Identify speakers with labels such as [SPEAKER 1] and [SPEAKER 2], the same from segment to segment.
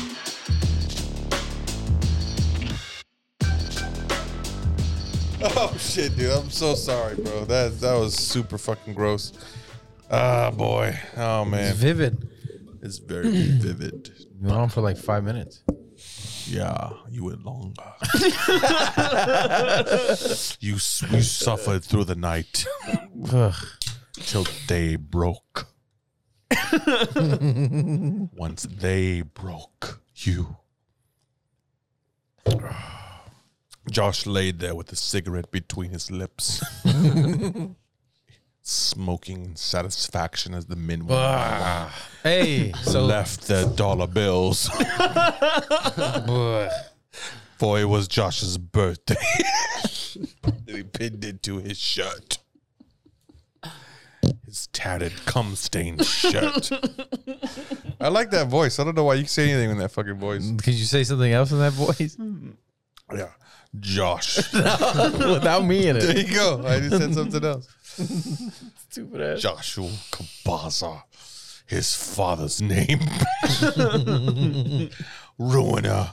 [SPEAKER 1] oh shit, dude. I'm so sorry, bro. That that was super fucking gross. Ah, boy. Oh man,
[SPEAKER 2] Vivid.
[SPEAKER 1] it's very vivid.
[SPEAKER 2] You went on for like five minutes.
[SPEAKER 1] Yeah, you went longer. you s- you suffered through the night
[SPEAKER 2] Ugh.
[SPEAKER 1] till day broke. Once they broke, you. Josh laid there with a cigarette between his lips, smoking in satisfaction as the men went by.
[SPEAKER 2] Hey, so
[SPEAKER 1] left their dollar bills.
[SPEAKER 2] Ugh.
[SPEAKER 1] For it was Josh's birthday. and he pinned it to his shirt. His tattered, cum stained shirt. I like that voice. I don't know why you say anything in that fucking voice.
[SPEAKER 2] could you say something else in that voice
[SPEAKER 1] Yeah. Josh.
[SPEAKER 2] without me in
[SPEAKER 1] there
[SPEAKER 2] it?
[SPEAKER 1] you go. I just said something else.
[SPEAKER 2] Stupid ass.
[SPEAKER 1] Joshua Kabaza, his father's name. Ruiner,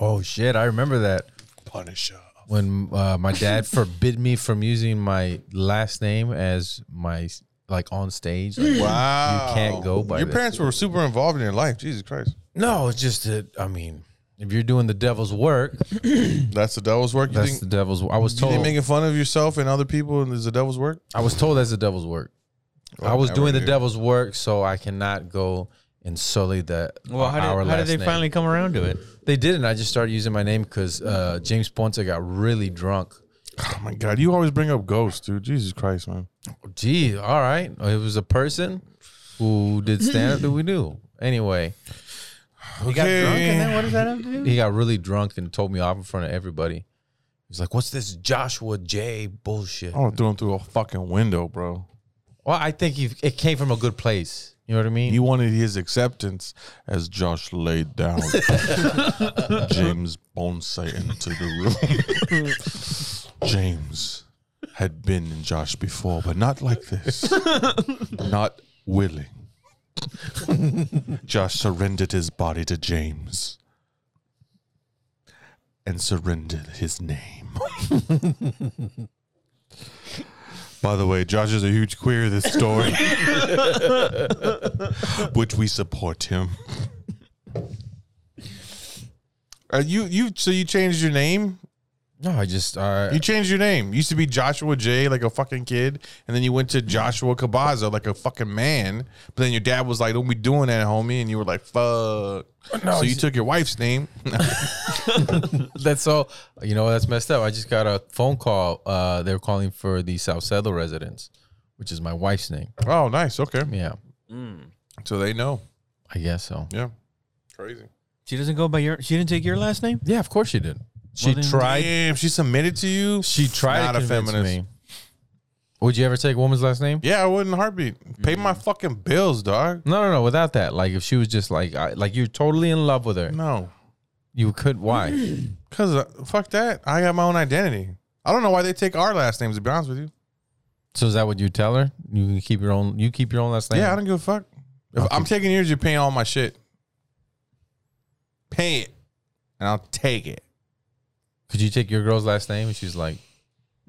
[SPEAKER 2] Oh shit! I remember that
[SPEAKER 1] punisher.
[SPEAKER 2] when uh, my dad forbid me from using my last name as my like on stage. Like,
[SPEAKER 1] Wow.
[SPEAKER 2] You can't go by
[SPEAKER 1] Your
[SPEAKER 2] that.
[SPEAKER 1] parents were super involved in your life. Jesus Christ.
[SPEAKER 2] No, it's just that I mean, if you're doing the devil's work,
[SPEAKER 1] That's the devil's work. You
[SPEAKER 2] that's
[SPEAKER 1] think
[SPEAKER 2] the devil's. I was
[SPEAKER 1] You
[SPEAKER 2] told.
[SPEAKER 1] ain't making fun of yourself and other people and is the devil's work?
[SPEAKER 2] I was told that's the devil's work. Oh, I was
[SPEAKER 1] now
[SPEAKER 2] doing
[SPEAKER 1] we're
[SPEAKER 2] the
[SPEAKER 1] here.
[SPEAKER 2] devil's work, so I cannot go and sully the uh,
[SPEAKER 3] Well, how
[SPEAKER 2] our
[SPEAKER 3] did, how
[SPEAKER 2] last
[SPEAKER 3] did they
[SPEAKER 2] name.
[SPEAKER 3] finally come around to it?
[SPEAKER 2] They didn't. I just started using my name because uh, James Ponce got really drunk.
[SPEAKER 1] Oh my god, you always bring up ghosts, dude. Jesus Christ, man.
[SPEAKER 2] Gee, all right. It was a person who did stand up that we knew. Anyway,
[SPEAKER 1] Okay.
[SPEAKER 3] Got drunk and then what does that have to do?
[SPEAKER 2] he got really drunk and told me off in front of everybody. He's like, "What's this Joshua J bullshit?"
[SPEAKER 1] I want to throw him through a fucking window, bro.
[SPEAKER 2] Well, I think he, it came from a good place. You know what I mean?
[SPEAKER 1] He wanted his acceptance as Josh laid down James Bonsai into the room. James had been in Josh before, but not like this. not willing. Josh surrendered his body to James and surrendered his name. By the way, Josh is a huge queer this story which we support him. Are Uh, you you so you changed your name?
[SPEAKER 2] no, I just uh,
[SPEAKER 1] You changed your name. You used to be Joshua J like a fucking kid, and then you went to Joshua Cabaza like a fucking man. But then your dad was like, "Don't be doing that, homie," and you were like, "Fuck." so you took your wife's name.
[SPEAKER 2] That's so you know that's messed up. I just got a phone call. Uh, they were calling for the South Sedlo residence, which is my wife's name.
[SPEAKER 1] oh, nice. Okay,
[SPEAKER 2] Yeah,
[SPEAKER 1] so they know.
[SPEAKER 2] I guess so.
[SPEAKER 1] Yeah, crazy.
[SPEAKER 3] She doesn't go by your. She didn't take your last name.
[SPEAKER 2] Yeah, of course she did. She
[SPEAKER 3] then-
[SPEAKER 2] tried.
[SPEAKER 1] Damn, she submitted to you.
[SPEAKER 2] She tried
[SPEAKER 1] Not
[SPEAKER 2] to
[SPEAKER 1] a
[SPEAKER 2] convince
[SPEAKER 1] feminist.
[SPEAKER 2] me. Would you ever take a woman's last name?
[SPEAKER 1] Yeah, I would in a heartbeat. Pay
[SPEAKER 2] Mm-hmm.
[SPEAKER 1] my fucking bills, dog.
[SPEAKER 2] No, no, no. Without that, like if she was just like, I, like you're totally in love with her,
[SPEAKER 1] No.
[SPEAKER 2] you could. Why?
[SPEAKER 1] Cause uh, fuck that, I got my own identity. I don't know why they take our last names. To be honest with you,
[SPEAKER 2] so is that what you tell her? You can keep your own. You keep your own last name.
[SPEAKER 1] yeah, I don't give a fuck. If I'm taking yours, you're paying all my shit. Pay it, and I'll take it.
[SPEAKER 2] Could you take your girl's last name? And she's like,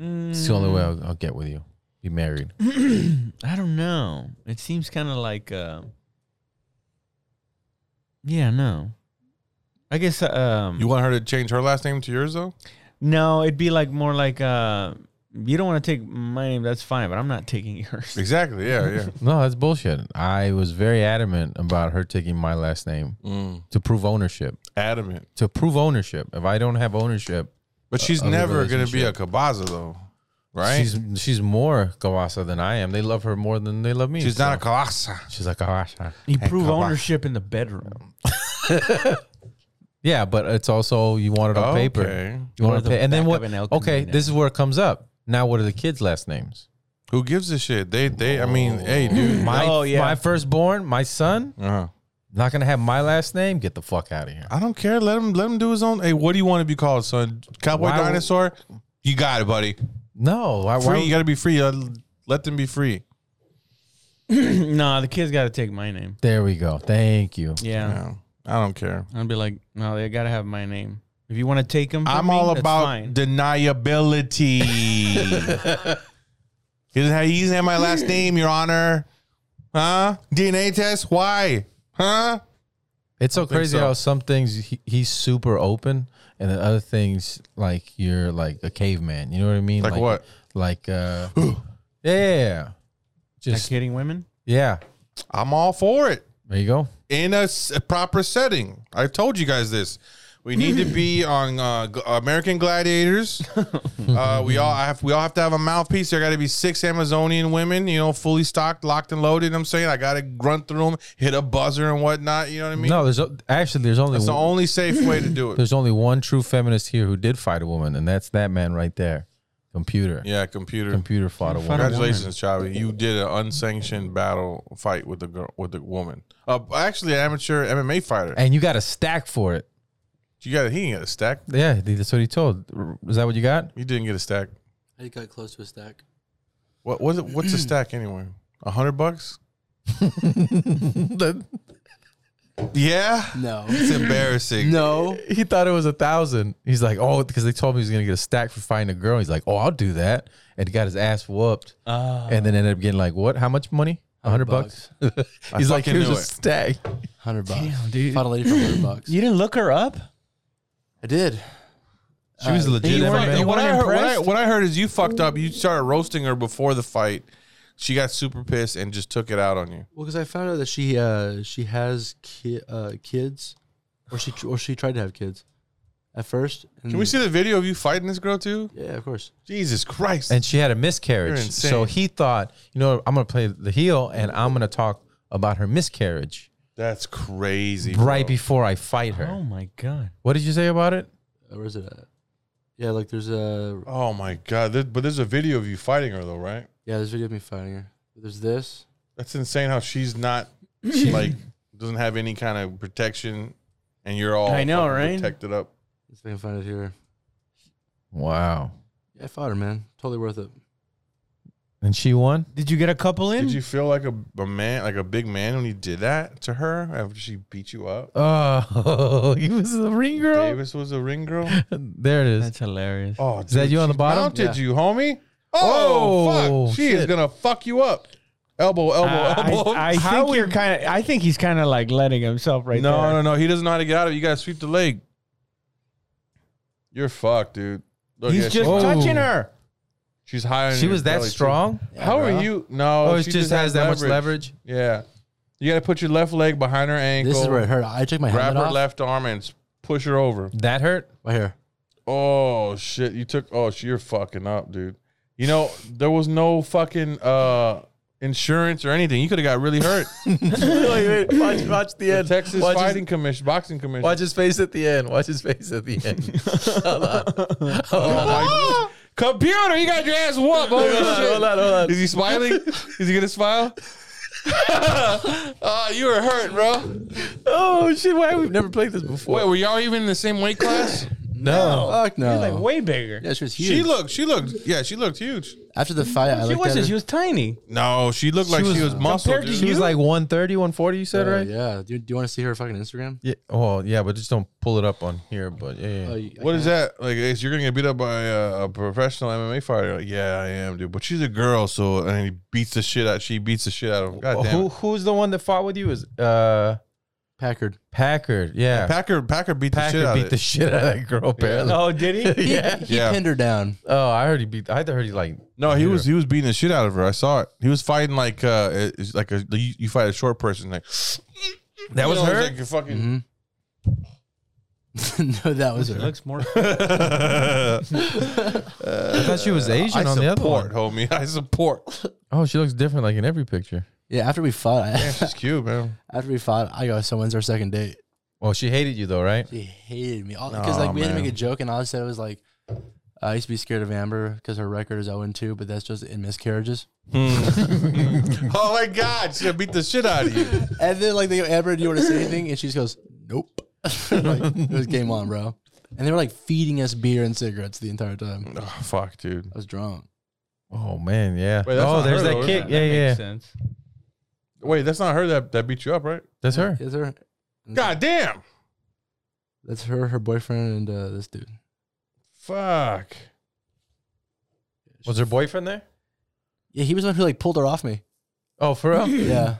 [SPEAKER 3] Mm,
[SPEAKER 2] it's the only way I'll, I'll get with you. Be married.
[SPEAKER 3] I don't know. It seems kind of like. Uh, yeah, no. I guess. Um,
[SPEAKER 1] You want her to change her last name to yours though?
[SPEAKER 3] no, it'd be like more like. Uh, you don't want to take my name. That's fine, but I'm not taking yours.
[SPEAKER 1] Exactly. Yeah, yeah.
[SPEAKER 2] No, that's bullshit. I was very adamant about her taking my last name
[SPEAKER 1] Mm.
[SPEAKER 2] to prove ownership.
[SPEAKER 1] Adamant.
[SPEAKER 2] To prove ownership. If I don't have ownership,
[SPEAKER 1] But she's
[SPEAKER 2] Other
[SPEAKER 1] never gonna be a Kabaza though, right? She's,
[SPEAKER 2] she's she's more Kawasa than I am. They love her more than they love me.
[SPEAKER 1] not a Kabaza.
[SPEAKER 2] a. She's like Kawasa.
[SPEAKER 3] You prove
[SPEAKER 1] come on.
[SPEAKER 3] ownership in the bedroom.
[SPEAKER 2] Yeah, but it's also you want it on paper.
[SPEAKER 1] Okay.
[SPEAKER 2] You
[SPEAKER 3] Or
[SPEAKER 2] want
[SPEAKER 3] the
[SPEAKER 2] to pay, and then
[SPEAKER 3] back
[SPEAKER 2] what?
[SPEAKER 3] of an El
[SPEAKER 2] okay,
[SPEAKER 3] Camino.
[SPEAKER 2] this is where it comes up. Now, what are the kids' last names?
[SPEAKER 1] Who gives a shit? They, they. I mean, hey, dude.
[SPEAKER 2] My
[SPEAKER 3] Oh, yeah.
[SPEAKER 2] my firstborn, my son,
[SPEAKER 1] uh-huh.
[SPEAKER 2] not gonna have my last name. Get the fuck out of here.
[SPEAKER 1] I don't care. Let him let him do his own. Hey, what do you want to be called, son? Cowboy
[SPEAKER 2] Why-
[SPEAKER 1] dinosaur? You got it, buddy.
[SPEAKER 2] No, why?
[SPEAKER 1] Free.
[SPEAKER 2] why
[SPEAKER 1] You got to be free. Uh, let them be free.
[SPEAKER 3] nah, the kids got to take my name.
[SPEAKER 2] there we go. Thank you.
[SPEAKER 3] Yeah.
[SPEAKER 1] No, I don't care.
[SPEAKER 3] I'd be like, no, they got to have my name. If you want to take him,
[SPEAKER 1] I'm all about
[SPEAKER 3] Fine.
[SPEAKER 1] deniability. he doesn't have, he doesn't have my last name, Your Honor. Huh? DNA test? Why? Huh?
[SPEAKER 2] It's so
[SPEAKER 1] think
[SPEAKER 2] crazy
[SPEAKER 1] so.
[SPEAKER 2] how some things he, he's super open, and then other things like you're like a caveman. You know what I mean?
[SPEAKER 1] Like what?
[SPEAKER 2] Like uh, yeah, yeah, yeah.
[SPEAKER 3] Like
[SPEAKER 2] just
[SPEAKER 3] hitting women.
[SPEAKER 2] yeah.
[SPEAKER 1] I'm all for it
[SPEAKER 2] There you go.
[SPEAKER 1] in a, s- a proper setting. I've told you guys this. We need to be on uh, G- American Gladiators. Uh, we all I have we all have to have a mouthpiece. There got to be six Amazonian women, you know, fully stocked, locked and loaded. I'm saying I got to grunt through them, hit a buzzer and whatnot. You know what I mean?
[SPEAKER 2] No, there's o- actually there's only
[SPEAKER 1] It's the
[SPEAKER 2] one,
[SPEAKER 1] only safe way to do it.
[SPEAKER 2] there's only one true feminist here who did fight a woman, and that's that man right there. Computer,
[SPEAKER 1] Yeah, computer.
[SPEAKER 2] computer fought a
[SPEAKER 3] Fight
[SPEAKER 2] woman.
[SPEAKER 3] a
[SPEAKER 1] Congratulations, Chavi. You did an unsanctioned battle fight with the girl, with the woman. Uh, actually, an amateur MMA fighter.
[SPEAKER 2] and you got a stack for it.
[SPEAKER 1] You got he didn't get a stack.
[SPEAKER 2] Yeah, that's what he told. Is that what you got?
[SPEAKER 1] You didn't get a stack.
[SPEAKER 4] He got close to a stack.
[SPEAKER 1] What was it? What's a stack anyway? A hundred bucks? Yeah,
[SPEAKER 4] No.
[SPEAKER 1] it's embarrassing.
[SPEAKER 4] no.
[SPEAKER 2] he thought it was a thousand. He's like, oh, because they told me he was gonna get a stack for finding a girl. He's like, oh, I'll do that, and he got his ass whooped,
[SPEAKER 3] Uh,
[SPEAKER 2] and then ended up getting like what? How much money? A hundred bucks. He's like,
[SPEAKER 1] fucking
[SPEAKER 2] here's
[SPEAKER 1] knew
[SPEAKER 2] a
[SPEAKER 1] it."
[SPEAKER 2] stack.
[SPEAKER 4] 100 bucks.
[SPEAKER 3] Damn, dude.
[SPEAKER 4] Fought a lady for 100 bucks.
[SPEAKER 3] you didn't look her up.
[SPEAKER 4] I did.
[SPEAKER 2] She was legit.
[SPEAKER 3] you
[SPEAKER 2] MMA.
[SPEAKER 3] weren't- you
[SPEAKER 1] What
[SPEAKER 3] weren't
[SPEAKER 1] I, heard, what, I,
[SPEAKER 3] impressed?
[SPEAKER 1] what I heard is you fucked up. You started roasting her before the fight. She got super pissed and just took it out on you.
[SPEAKER 4] Well, because I found out that she uh, she has ki- uh, kids, or she or she tried to have kids at first. And
[SPEAKER 1] Can we see the video of you fighting this girl too?
[SPEAKER 4] Yeah, of course.
[SPEAKER 1] Jesus Christ!
[SPEAKER 2] and she had a
[SPEAKER 1] You're
[SPEAKER 2] miscarriage.
[SPEAKER 1] insane.
[SPEAKER 2] So he thought, you know, I'm gonna play the heel and I'm gonna talk about her miscarriage
[SPEAKER 1] That's crazy.
[SPEAKER 2] right
[SPEAKER 1] bro.
[SPEAKER 2] before I fight her.
[SPEAKER 3] Oh my god.
[SPEAKER 2] What did you say about it?
[SPEAKER 4] Uh, Where is it at? Yeah, like there's a
[SPEAKER 1] Oh my god! There- but there's a video of you fighting her though, right?
[SPEAKER 4] yeah, there's video of me fighting her. There's this.
[SPEAKER 1] That's insane. How she's not she like doesn't have any kind of protection, and you're all
[SPEAKER 3] I know,
[SPEAKER 1] fucking
[SPEAKER 3] right?
[SPEAKER 1] Protected up.
[SPEAKER 4] Let's see if I can find it here.
[SPEAKER 2] Wow.
[SPEAKER 4] Yeah, I fought her, man. Totally worth it.
[SPEAKER 2] And she won.
[SPEAKER 3] Did you get a couple in?
[SPEAKER 1] Did you feel like a, a man, like a big man, when you did that to her after she beat you up?
[SPEAKER 2] Oh, he was the ring girl.
[SPEAKER 1] Davis was a ring girl.
[SPEAKER 2] There it is.
[SPEAKER 3] That's hilarious.
[SPEAKER 1] Oh, is
[SPEAKER 2] that you on the bottom?
[SPEAKER 1] Mounted
[SPEAKER 4] Yeah.
[SPEAKER 1] you, homie. Oh,
[SPEAKER 2] Oh,
[SPEAKER 1] fuck! She is
[SPEAKER 2] shit.
[SPEAKER 1] gonna fuck you up. Elbow, elbow,
[SPEAKER 3] Uh,
[SPEAKER 1] elbow.
[SPEAKER 3] I, I
[SPEAKER 2] How
[SPEAKER 3] think you're kind of. I think he's kind of like letting himself right
[SPEAKER 1] no,
[SPEAKER 3] there.
[SPEAKER 1] no, no. He doesn't know how to get out of it. You gotta sweep the leg. You're fucked, dude. Look
[SPEAKER 3] He's
[SPEAKER 1] at-
[SPEAKER 3] just
[SPEAKER 2] Oh.
[SPEAKER 3] touching her.
[SPEAKER 1] she's higher. than
[SPEAKER 2] She
[SPEAKER 1] your
[SPEAKER 2] was that
[SPEAKER 1] belly, too.
[SPEAKER 2] strong.
[SPEAKER 1] How
[SPEAKER 4] Yeah,
[SPEAKER 1] are
[SPEAKER 4] bro.
[SPEAKER 1] you? No,
[SPEAKER 2] Oh, it
[SPEAKER 1] she
[SPEAKER 2] just has that much leverage.
[SPEAKER 1] Yeah, you got to put your left leg behind her ankle.
[SPEAKER 4] This is where it hurt. I took my
[SPEAKER 1] grab
[SPEAKER 4] helmet
[SPEAKER 1] her
[SPEAKER 4] off.
[SPEAKER 1] left arm and s- push her over.
[SPEAKER 2] That hurt.
[SPEAKER 4] Right here.
[SPEAKER 1] Oh shit! You took. Oh, sh- you're fucking up, dude. You know there was no fucking uh insurance or anything. You could have got really hurt.
[SPEAKER 2] watch, watch
[SPEAKER 1] The
[SPEAKER 2] the
[SPEAKER 1] Texas
[SPEAKER 2] Watch his-
[SPEAKER 1] Fighting Commission, Boxing Commission.
[SPEAKER 2] Watch his face at the end. Watch his face at the end.
[SPEAKER 1] Oh, my- Computer, you got your ass whooped. Holy shit.
[SPEAKER 2] hold on, hold on.
[SPEAKER 1] Is he smiling? Is he gonna smile? Ah, you were hurt, bro.
[SPEAKER 2] oh shit! Why we've never played this before?
[SPEAKER 1] Wait, were y'all even in the same weight class?
[SPEAKER 2] no.
[SPEAKER 4] Fuck no.
[SPEAKER 3] Like way bigger.
[SPEAKER 4] Oh. yeah, she was huge.
[SPEAKER 1] She looked, she looked, yeah, she looked huge.
[SPEAKER 4] After the fight, I
[SPEAKER 3] she
[SPEAKER 4] looked
[SPEAKER 3] wasn't.
[SPEAKER 4] at
[SPEAKER 3] She
[SPEAKER 4] her.
[SPEAKER 3] was tiny.
[SPEAKER 1] No, she looked like she was muscle.
[SPEAKER 3] compared to
[SPEAKER 1] dude.
[SPEAKER 2] She was
[SPEAKER 3] You?
[SPEAKER 2] like 130, 140, you said,
[SPEAKER 4] Uh,
[SPEAKER 2] right?
[SPEAKER 4] Yeah. Do you, do you want to see her fucking Instagram?
[SPEAKER 2] Yeah. Oh, yeah, but just don't pull it up on here. But yeah, yeah.
[SPEAKER 4] Oh, you- I
[SPEAKER 1] What is
[SPEAKER 4] can't.
[SPEAKER 1] that? Like, is you're gonna get beat up by a, a professional MMA fighter? Like, yeah, I am, dude. But she's a girl, so and he beats the shit out. She beats the shit out of him. God damn.
[SPEAKER 2] who
[SPEAKER 1] it.
[SPEAKER 2] who's the one that fought with you? Is uh
[SPEAKER 4] Packard.
[SPEAKER 2] Packard? Yeah,
[SPEAKER 1] Packer, Packer beat the shit
[SPEAKER 2] Packard
[SPEAKER 1] out
[SPEAKER 2] beat
[SPEAKER 1] of
[SPEAKER 2] the
[SPEAKER 1] it.
[SPEAKER 2] shit out of that girl. Apparently.
[SPEAKER 3] Oh, did he?
[SPEAKER 2] yeah.
[SPEAKER 4] He
[SPEAKER 1] Yeah.
[SPEAKER 4] pinned her down.
[SPEAKER 2] Oh, I heard he beat. I heard he like.
[SPEAKER 1] No, he
[SPEAKER 2] Hit
[SPEAKER 1] was
[SPEAKER 2] her.
[SPEAKER 1] he was beating the shit out of her. I saw it. He was fighting like uh, it's like a you, you fight a short person like
[SPEAKER 2] That
[SPEAKER 1] you
[SPEAKER 2] was
[SPEAKER 1] know,
[SPEAKER 2] her.
[SPEAKER 1] it's Like a fucking.
[SPEAKER 4] hmm no, that was her.
[SPEAKER 3] Looks more.
[SPEAKER 2] I thought Mm. she was Asian
[SPEAKER 1] uh, I
[SPEAKER 2] on the other
[SPEAKER 1] support,
[SPEAKER 2] one.
[SPEAKER 1] homie. I support.
[SPEAKER 2] Oh, she looks different, like in every picture.
[SPEAKER 4] Yeah, after we fought,
[SPEAKER 1] Damn,
[SPEAKER 4] I,
[SPEAKER 1] she's cute, man.
[SPEAKER 4] after we fought, I go, so when's our second date?
[SPEAKER 2] Well, Oh, she hated you though, right?
[SPEAKER 4] She hated me. Because,
[SPEAKER 1] Aw,
[SPEAKER 4] like, we had to make
[SPEAKER 1] man.
[SPEAKER 4] a joke, and all I said was, like, I used to be scared of Amber because her record is 0 2, but that's just in miscarriages.
[SPEAKER 1] oh my god, she beat the shit out of you.
[SPEAKER 4] And then, like, they go, Amber, do you want to say anything? And she just goes, nope. like, it was game on, bro. And they were, like, feeding us beer and cigarettes the entire time.
[SPEAKER 1] Oh, fuck, dude.
[SPEAKER 4] I was drunk.
[SPEAKER 2] Oh man, yeah.
[SPEAKER 1] Wait, that's
[SPEAKER 2] oh,
[SPEAKER 1] not
[SPEAKER 2] there's
[SPEAKER 1] her,
[SPEAKER 2] that
[SPEAKER 1] though, is
[SPEAKER 2] kick.
[SPEAKER 1] it?
[SPEAKER 2] Yeah, yeah.
[SPEAKER 3] Makes sense.
[SPEAKER 1] Wait, that's not her that, that beat you up, right?
[SPEAKER 2] That's her.
[SPEAKER 4] Is there?
[SPEAKER 1] God damn.
[SPEAKER 4] That's her, her boyfriend, and uh, this dude.
[SPEAKER 3] Fuck.
[SPEAKER 2] Was her boyfriend there?
[SPEAKER 4] Yeah, he was the one who like pulled her off me.
[SPEAKER 2] Oh, for real?
[SPEAKER 4] Yeah.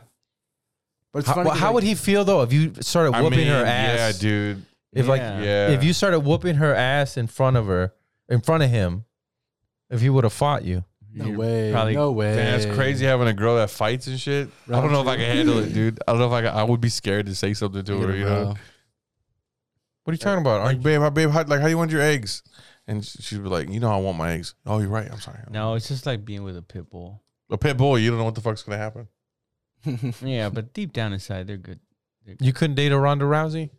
[SPEAKER 4] But it's
[SPEAKER 2] how,
[SPEAKER 4] funny
[SPEAKER 2] well,
[SPEAKER 4] 'cause,
[SPEAKER 2] how
[SPEAKER 4] like,
[SPEAKER 2] would he feel though if you started
[SPEAKER 1] I
[SPEAKER 2] whooping
[SPEAKER 1] mean,
[SPEAKER 2] her
[SPEAKER 1] yeah,
[SPEAKER 2] ass?
[SPEAKER 1] dude.
[SPEAKER 2] If like
[SPEAKER 3] Yeah.
[SPEAKER 1] Yeah.
[SPEAKER 2] if you started whooping her ass in front of her, in front of him, if he would have fought you,
[SPEAKER 4] No way.
[SPEAKER 3] probably-
[SPEAKER 4] no way.
[SPEAKER 1] Damn, it's crazy having a girl that fights and shit. I don't know if I can handle it, dude. I don't know if I can, I would be scared to say something to her. You know,
[SPEAKER 2] what are you talking about?
[SPEAKER 1] like babe, how, babe, how, like how do you want your eggs? And sh- she'd be like, you know, I want my eggs. Oh, you're right. I'm sorry.
[SPEAKER 3] No, it's just like being with a pit bull.
[SPEAKER 1] a pit bull. You don't know what the fuck's gonna happen.
[SPEAKER 4] bro.
[SPEAKER 3] Yeah, but deep down inside, they're good.
[SPEAKER 2] you couldn't date a Ronda Rousey?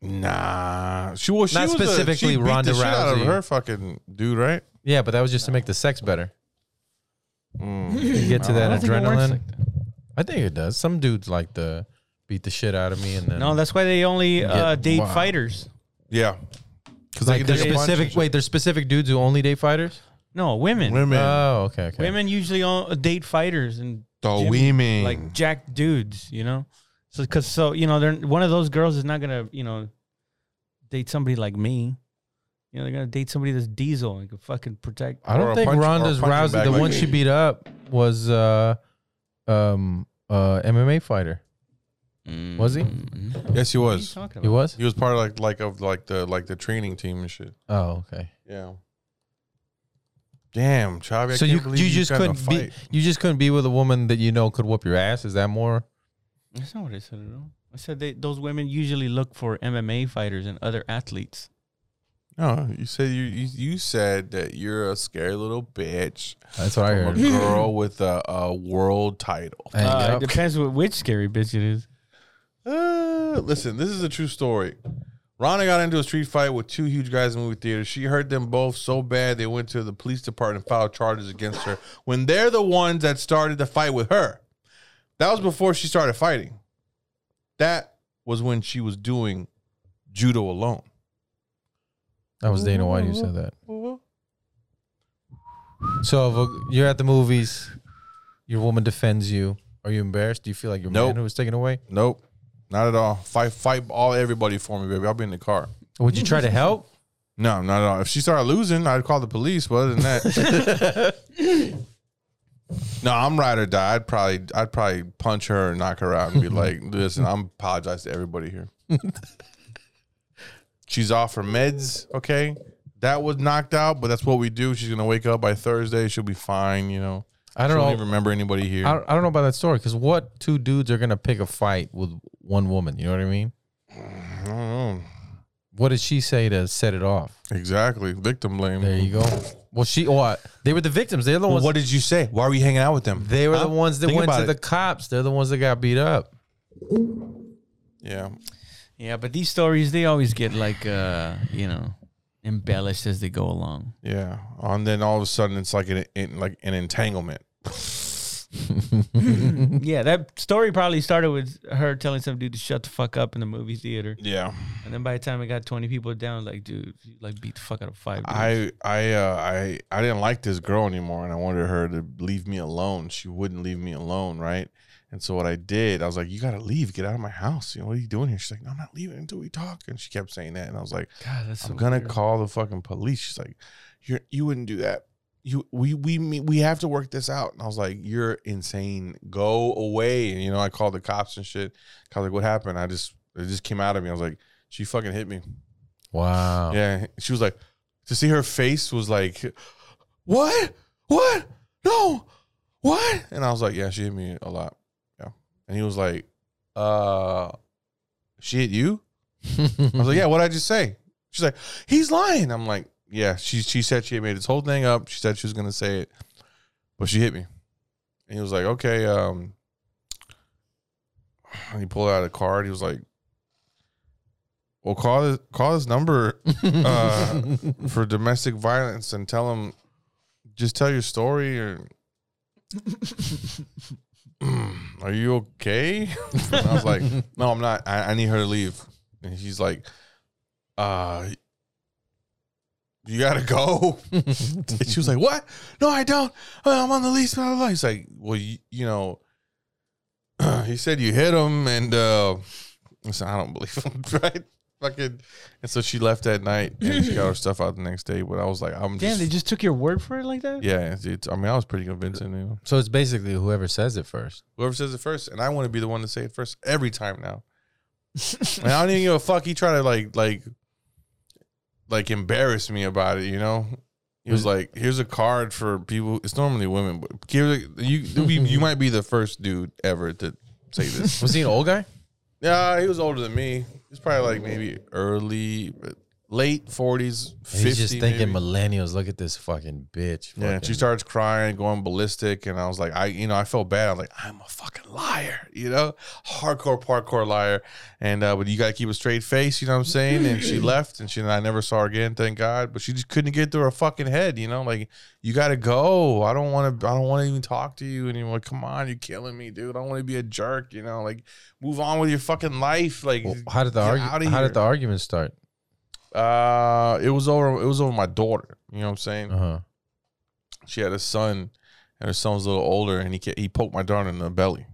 [SPEAKER 1] Nah, she well, she
[SPEAKER 2] Not
[SPEAKER 1] was a- she
[SPEAKER 2] specifically
[SPEAKER 1] beat the
[SPEAKER 2] Ronda
[SPEAKER 1] shit out of
[SPEAKER 2] Rousey.
[SPEAKER 1] her fucking dude, right?
[SPEAKER 2] Yeah, but that was just to make the sex better.
[SPEAKER 1] Mm.
[SPEAKER 2] To get to that
[SPEAKER 3] Oh, I don't think it works
[SPEAKER 2] adrenaline.
[SPEAKER 3] like that.
[SPEAKER 2] I think it does. Some dudes like to beat the shit out of me and then
[SPEAKER 3] No, that's why they only uh,
[SPEAKER 2] Get
[SPEAKER 3] date
[SPEAKER 2] wild.
[SPEAKER 3] fighters.
[SPEAKER 1] Yeah, because
[SPEAKER 2] like there's specific wait, there's specific dudes who only date fighters?
[SPEAKER 3] No, women. Women,
[SPEAKER 1] women.
[SPEAKER 2] Oh, okay, okay.
[SPEAKER 3] usually on, date fighters and
[SPEAKER 1] the
[SPEAKER 3] Jimmy,
[SPEAKER 1] women.
[SPEAKER 3] like jack dudes, you know. So because so you know, they're one of those girls is not gonna you know date somebody like me. You know, they're gonna date somebody that's diesel and can fucking protect.
[SPEAKER 2] I
[SPEAKER 1] Or
[SPEAKER 2] don't
[SPEAKER 1] a
[SPEAKER 2] think
[SPEAKER 1] punch- or a
[SPEAKER 2] Ronda's
[SPEAKER 1] punching
[SPEAKER 2] Rousey.
[SPEAKER 1] bag
[SPEAKER 2] The
[SPEAKER 1] like
[SPEAKER 2] one
[SPEAKER 1] me.
[SPEAKER 2] she beat up was uh, um, uh, MMA fighter. Was he?
[SPEAKER 1] yes, he
[SPEAKER 3] Mm-hmm. What are you
[SPEAKER 1] was.
[SPEAKER 3] talking
[SPEAKER 2] He
[SPEAKER 3] about?
[SPEAKER 2] was.
[SPEAKER 1] He was part of like like of like the like the training team and shit.
[SPEAKER 2] Oh, okay.
[SPEAKER 1] Yeah. Damn, Chavi.
[SPEAKER 2] so
[SPEAKER 1] I can't
[SPEAKER 2] you
[SPEAKER 1] believe
[SPEAKER 2] you just
[SPEAKER 1] got in a
[SPEAKER 2] couldn't be
[SPEAKER 1] fight.
[SPEAKER 2] you just couldn't be with a woman that you know could whoop your ass. Is that more?
[SPEAKER 3] That's not what I said at all. I said they, those women usually look for MMA fighters and other athletes.
[SPEAKER 1] No, you said you, you you said that you're a scary little bitch.
[SPEAKER 2] That's what I
[SPEAKER 1] from a
[SPEAKER 2] heard.
[SPEAKER 1] girl with a, a world title.
[SPEAKER 2] Hang
[SPEAKER 3] Uh,
[SPEAKER 2] up.
[SPEAKER 3] it depends what, which scary bitch it is.
[SPEAKER 1] Uh, listen, this is a true story. Rhonda got into a street fight with two huge guys in the movie theater. She hurt them both so bad they went to the police department and filed charges against her when they're the ones that started the fight with her. That was before she started fighting. That was when she was doing judo alone.
[SPEAKER 2] That was Dana White who said that. So if a- you're at the movies, your woman defends you. Are you embarrassed? Do you feel like your
[SPEAKER 1] Nope.
[SPEAKER 2] man who was taken away?
[SPEAKER 1] Nope, not at all. Fight, fight all everybody for me, baby. I'll be in the car.
[SPEAKER 2] Would you try to help?
[SPEAKER 1] No, not at all. If she started losing, I'd call the police. But other than that, no, I'm ride or die. I'd probably, I'd probably punch her and knock her out and be like, "Listen, I'm apologize to everybody here. She's off her meds. Okay, that was knocked out, but that's what we do. She's gonna wake up by Thursday. She'll be fine. You know,
[SPEAKER 2] I
[SPEAKER 1] I
[SPEAKER 2] don't
[SPEAKER 1] don't
[SPEAKER 2] know.
[SPEAKER 1] even remember anybody here.
[SPEAKER 2] I don't, I don't know about that story because what two dudes are gonna pick a fight with one woman? You know what I mean?
[SPEAKER 1] I don't know.
[SPEAKER 2] What did she say to set it off?
[SPEAKER 1] Exactly, victim blame.
[SPEAKER 2] There you go. Well, she what? They were the victims. They're the ones.
[SPEAKER 1] what did you say? Why were you hanging out with them?
[SPEAKER 2] they were
[SPEAKER 1] Huh?
[SPEAKER 2] the ones that
[SPEAKER 1] Think
[SPEAKER 2] went to
[SPEAKER 1] about
[SPEAKER 2] the
[SPEAKER 1] it.
[SPEAKER 2] cops. They're the ones that got beat up.
[SPEAKER 1] yeah.
[SPEAKER 3] Yeah, but these stories they always get like uh, you know, embellished as they go along.
[SPEAKER 1] Yeah, and then all of a sudden it's like an in, like an entanglement.
[SPEAKER 2] Mm-hmm.
[SPEAKER 3] yeah, that story probably started with her telling some dude to shut the fuck up in the movie theater,
[SPEAKER 1] Yeah,
[SPEAKER 3] and then by the time it got twenty people down, like dude, you, like beat the fuck out of five. dudes.
[SPEAKER 1] I I uh, I I didn't like this girl anymore, and I wanted her to leave me alone. She wouldn't leave me alone, right? And so what I did, I was like, "You gotta leave, get out of my house." You know what are you doing here? She's like, "No, I'm not leaving until we talk." And she kept saying that, and I was like,
[SPEAKER 3] God, that's so
[SPEAKER 1] "I'm gonna
[SPEAKER 3] weird.
[SPEAKER 1] call the fucking police." She's like, "You you wouldn't do that." You we we me- we have to work this out, and I was like, "You're insane. Go away!" And you know, I called the cops and shit. I was like, "What happened?" I just it just came out of me. I was like, "She fucking hit me."
[SPEAKER 2] Wow.
[SPEAKER 1] Yeah, she was like, to see her face was like, what, what, no, what? And I was like, yeah, she hit me a lot. Yeah, and he was like, uh, she hit you? I was like, yeah. What would I just say? She's like, he's lying. I'm like, yeah. She she said she had made this whole thing up. She said she was gonna say it, but she hit me. And he was like, okay. Um, and he pulled out a card. He was like, well, call this, call this number uh, for domestic violence and tell him, just tell your story or. Are you okay? And I was like, no, I'm not. I, I need her to leave. And he's like, uh, you gotta go. and she was like, what? No, I don't. Uh, I'm on the lease. Blah, blah, blah. He's like, well, you, you know, he said you hit him. And uh, I said, I don't believe him. Right. fucking. And so she left that night and she got her stuff out the next day. But I was like, I'm
[SPEAKER 3] Damn,
[SPEAKER 1] just.
[SPEAKER 3] they just took your word for it like that?
[SPEAKER 1] yeah, it's, it's- I mean, I was pretty convincing. You know,
[SPEAKER 2] So it's basically whoever says it first.
[SPEAKER 1] whoever says it first, and I want to be the one to say it first every time now. and I don't even give a fuck. He tried to like, like, like embarrass me about it. You know, he was like, "Here's a card for people. It's normally women, but here you you you might be the first dude ever to say this."
[SPEAKER 2] Was he an old guy?
[SPEAKER 1] Yeah, he was older than me. He's probably like maybe early, late forties,
[SPEAKER 2] And he's
[SPEAKER 1] fifties.
[SPEAKER 2] just thinking millennials. Look at this fucking bitch.
[SPEAKER 1] yeah, and she
[SPEAKER 2] fucking-
[SPEAKER 1] starts crying, going ballistic, and I was like, I, you know, I felt bad. I'm like, I'm a fucking liar, you know, hardcore parkour liar. And uh, but you gotta keep a straight face, you know what I'm saying? And she left, and she and I never saw her again, thank God. But she just couldn't get through her fucking head, you know, like you gotta go. I don't want to. I don't want to even talk to you anymore. Come on, you're killing me, dude. I don't want to be a jerk, you know. Like move on with your fucking life, like.
[SPEAKER 2] Well, how did the
[SPEAKER 1] Get
[SPEAKER 2] argu-
[SPEAKER 1] outta
[SPEAKER 2] How
[SPEAKER 1] here.
[SPEAKER 2] did the argument start?
[SPEAKER 1] Uh, it was over. It was over my daughter. You know what I'm saying?
[SPEAKER 2] Uh huh.
[SPEAKER 1] She had a son, and her son was a little older, and he ca- he poked my daughter in the belly,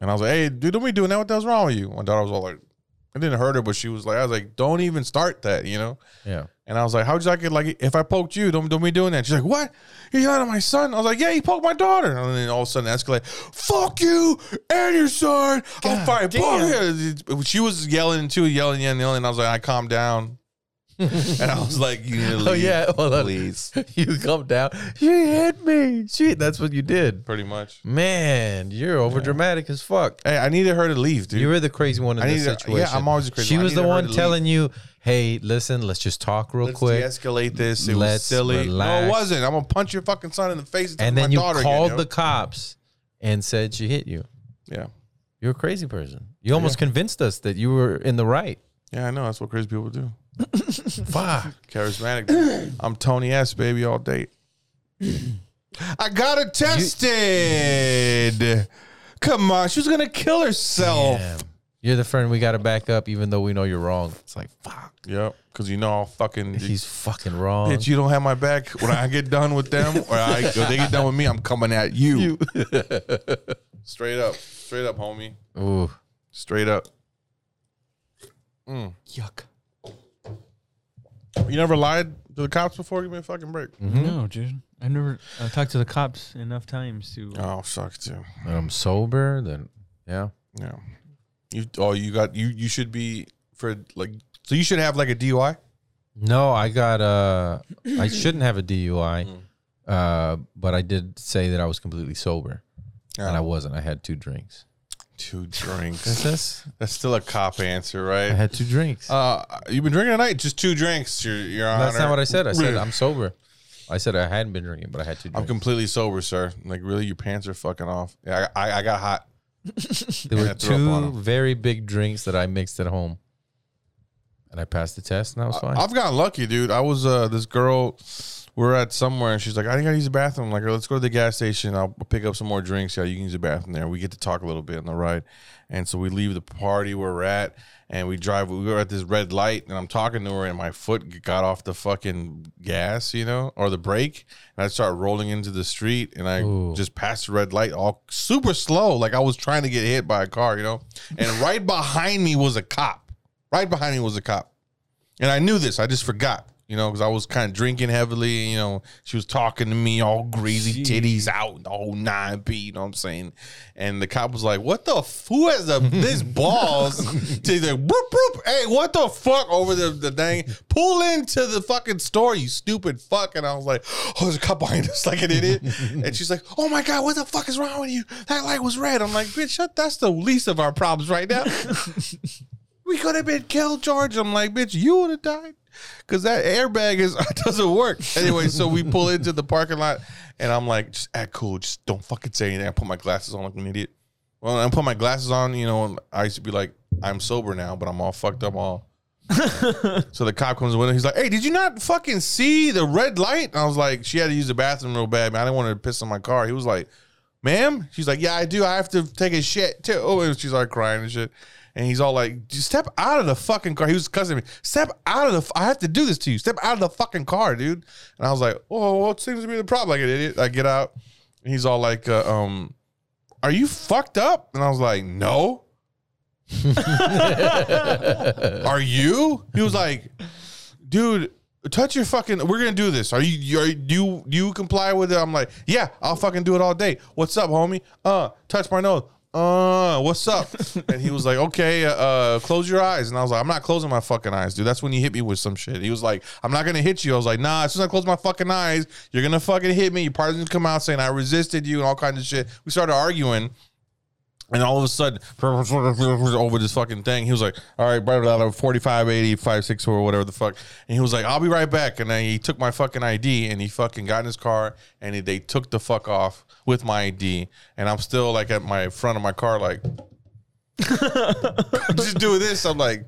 [SPEAKER 1] and I was like, "Hey, dude, don't be doing that. What the hell's wrong with you?" My daughter was all like, "It didn't hurt her, but she was like, I was like, don't even start that, you know."
[SPEAKER 2] Yeah.
[SPEAKER 1] And I was like, "How would you like it? Like, if I poked you, don't don't be doing that." She's like, "What? He yelled at my son." I was like, "Yeah, he poked my daughter." And then all of a sudden, escalate, "Fuck you and your son!" I'm fine. She was yelling too, yelling, yelling, yelling. And I was like, I calmed down, and I was like, "You need to leave,
[SPEAKER 2] Oh yeah. Hold on.
[SPEAKER 1] please."
[SPEAKER 2] You come down. She hit me. She. That's what you did.
[SPEAKER 1] Pretty much.
[SPEAKER 2] Man, you're over dramatic as fuck.
[SPEAKER 1] Hey, I needed her to leave, dude.
[SPEAKER 2] You were the crazy one in
[SPEAKER 1] I
[SPEAKER 2] this
[SPEAKER 1] need to- yeah,
[SPEAKER 2] situation.
[SPEAKER 1] I'm always the crazy
[SPEAKER 2] She
[SPEAKER 1] one. I
[SPEAKER 2] was
[SPEAKER 1] need
[SPEAKER 2] the
[SPEAKER 1] her
[SPEAKER 2] one
[SPEAKER 1] to
[SPEAKER 2] telling you, "Hey, listen, let's just talk real
[SPEAKER 1] Let's
[SPEAKER 2] quick."
[SPEAKER 1] de-escalate this. It was
[SPEAKER 2] Let's
[SPEAKER 1] silly. No,
[SPEAKER 2] relax.
[SPEAKER 1] it wasn't. I'm gonna punch your fucking son in the face and,
[SPEAKER 2] and
[SPEAKER 1] touch
[SPEAKER 2] then
[SPEAKER 1] my
[SPEAKER 2] you
[SPEAKER 1] daughter
[SPEAKER 2] called
[SPEAKER 1] again,
[SPEAKER 2] the cops and said she hit you.
[SPEAKER 1] the. Yeah,
[SPEAKER 2] You're a crazy person. You almost convinced us that you were in the right.
[SPEAKER 1] yeah, I know. That's what crazy people do.
[SPEAKER 2] Fuck.
[SPEAKER 1] Charismatic. dude. I'm Tony S, baby, all day. I got her tested. Come on, she was gonna kill herself.
[SPEAKER 2] Damn. You're the friend we got to back up, even though we know you're wrong. It's like, fuck.
[SPEAKER 1] Yep, because you know I'll fucking.
[SPEAKER 2] He's fucking wrong.
[SPEAKER 1] bitch, you don't have my back. When I get done with them, or I, if they get done with me, I'm coming at you. straight up, straight up, homie,
[SPEAKER 2] Ooh.
[SPEAKER 1] straight up. Mm.
[SPEAKER 4] Yuck.
[SPEAKER 1] You never lied to the cops before? Give me a fucking break.
[SPEAKER 2] Mm-hmm.
[SPEAKER 1] Mm-hmm.
[SPEAKER 3] No, dude. I've never uh, talked to the cops enough times to.
[SPEAKER 1] Oh fuck, too.
[SPEAKER 2] When I'm sober, then yeah.
[SPEAKER 1] Yeah. You oh you got you you should be for like so you should have like a DUI.
[SPEAKER 2] No, I got uh I shouldn't have a DUI.
[SPEAKER 1] Mm.
[SPEAKER 2] Uh, but I did say that I was completely sober. And I wasn't. I had two drinks.
[SPEAKER 1] Two drinks.
[SPEAKER 2] That's
[SPEAKER 1] That's still a cop answer,
[SPEAKER 2] I
[SPEAKER 1] right?
[SPEAKER 2] had two drinks.
[SPEAKER 1] Uh, you've been drinking tonight. Just two drinks, Your Your Honor.
[SPEAKER 2] That's not what I said. I said I'm sober. I said I hadn't been drinking, but I had two
[SPEAKER 1] I'm
[SPEAKER 2] drinks.
[SPEAKER 1] completely sober, sir. Like really, your pants are fucking off. Yeah, I I, I got hot.
[SPEAKER 2] There
[SPEAKER 1] Yeah,
[SPEAKER 2] were
[SPEAKER 1] I threw up on
[SPEAKER 2] two very big drinks that I mixed at home, and I passed the test, and I was fine.
[SPEAKER 1] I've gotten lucky, dude. I was uh this girl. we We're at somewhere, and she's like, "I gotta use the bathroom." I'm like, "Let's go to the gas station. I'll pick up some more drinks. Yeah, you can use the bathroom there." We get to talk a little bit on the ride, and so we leave the party where we're at, and we drive. We were at this red light, and I'm talking to her, and my foot got off the fucking gas, you know, or the brake, and I start rolling into the street, and I
[SPEAKER 2] Ooh.
[SPEAKER 1] just passed the red light, all super slow, like I was trying to get hit by a car, you know, and right behind me was a cop. Right behind me was a cop. And I knew this. I just forgot, you know, because I was kind of drinking heavily. You know, she was talking to me all greasy, titties out, the whole nine p. You know what I'm saying? And the cop was like, "What the? F- who has the this balls?" He's like, "Whoop whoop! Hey, what the fuck?" Over the the thing, pull into the fucking store, you stupid fuck. And I was like, "Oh, there's a cop behind us, like an idiot." and she's like, "Oh my god, what the fuck is wrong with you? That light was red." I'm like, "Bitch, shut, that's the least of our problems right now." we could have been killed, George. I'm like, bitch, you would have died. Cause that airbag is doesn't work. Anyway, so we pull into the parking lot and I'm like, just act cool. Just don't fucking say anything. I put my glasses on like an idiot. Well, I put my glasses on, you know, and I used to be like, I'm sober now, but I'm all fucked up all. so the cop comes in the window. He's like, "Hey, did you not fucking see the red light?" And I was like, "She had to use the bathroom real bad, man. I didn't want her to piss on my car." He was like, ma'am? She's like, yeah, I do. I have to take a shit too. Oh, and she's like crying and shit. And he's all like, just step out of the fucking car. He was cussing at me. Step out of the, f- I have to do this to you. Step out of the fucking car, dude. And I was like, oh, what seems to be the problem? Like an idiot. I get out and he's all like, uh, um, are you fucked up? And I was like, no. Are you? He was like, dude, touch your fucking. We're gonna do this. Are you? you- Are you, do you? do you comply with it? I'm like, yeah, I'll fucking do it all day. What's up, homie? Uh, touch my nose. Uh, what's up? and he was like, okay, uh, close your eyes. And I was like, I'm not closing my fucking eyes, dude. That's when you hit me with some shit. He was like, I'm not gonna hit you. I was like, nah. As soon as I close my fucking eyes, you're gonna fucking hit me. Your partisans come out saying I resisted you and all kinds of shit. We started arguing. And all of a sudden, over this fucking thing, he was like, "All right, blah blah blah, forty-five, eighty, five, six, or whatever the fuck." And he was like, "I'll be right back." And then he took my fucking ID and he fucking got in his car and he, they took the fuck off with my ID. And I'm still like at my front of my car, like just doing this. I'm like,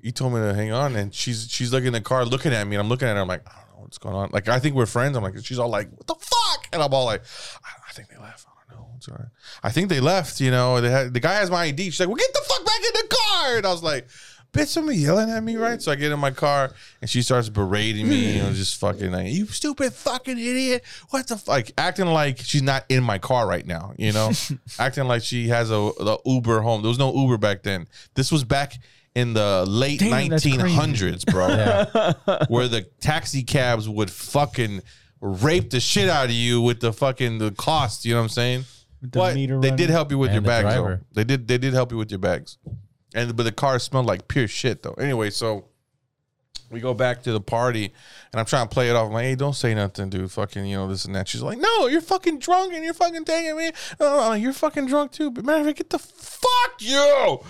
[SPEAKER 1] "You told me to hang on," and she's she's looking in the car, looking at me, and I'm looking at her. I'm like, "I don't know what's going on." Like I think we're friends. I'm like, she's all like, "What the fuck?" And I'm all like, "I, I think they left." I don't know. It's all right. I think they left. You know, they had, the guy has my ID. She's like, "Well, get the fuck back in the car!" And I was like, "Bitch, somebody yelling at me, right?" So I get in my car, and she starts berating me. You know, just fucking like, "You stupid fucking idiot! What the fuck?" Like, acting like she's not in my car right now. You know, acting like she has a the Uber home. There was no Uber back then. This was back. In the late
[SPEAKER 3] Damn, that's crazy.
[SPEAKER 1] 1900s, bro where the taxi cabs would fucking rape the shit out of you with the fucking the cost. You know what I'm saying?
[SPEAKER 3] the
[SPEAKER 1] But
[SPEAKER 3] meter
[SPEAKER 1] they did
[SPEAKER 3] running.
[SPEAKER 1] help you with
[SPEAKER 2] And
[SPEAKER 1] your
[SPEAKER 2] the
[SPEAKER 1] bags. Though.
[SPEAKER 2] driver.
[SPEAKER 1] They did. They did help you with your bags. And but the car smelled like pure shit though. Anyway, so we go back to the party, and I'm trying to play it off. I'm like, hey, don't say nothing, dude. Fucking, you know this and that. She's like, no, you're fucking drunk, and you're fucking taking me. Uh, I'm like, you're fucking drunk too. But matter of fact, get the fuck you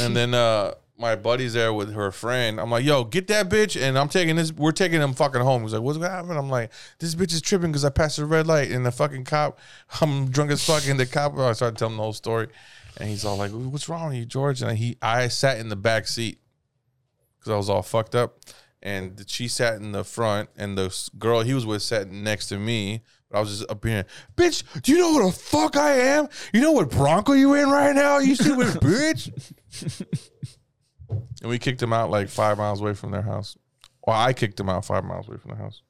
[SPEAKER 1] and then uh my buddy's there with her friend. I'm like, yo, get that bitch, and I'm taking this. We're taking him fucking home. He's like, what's gonna happen? I'm like, this bitch is tripping because I passed the red light, and the fucking cop. I'm drunk as fuck, and the cop. I started telling him the whole story, and he's all like, what's wrong with you, George? And he, I sat in the back seat because I was all fucked up, and she sat in the front, and the s- girl he was with sat next to me. But I was just up here, bitch. Do you know what the fuck I am? You know what Bronco you in right now? You stupid bitch. And we kicked him out like five miles away from their house. Well, I kicked him out five miles away from their house.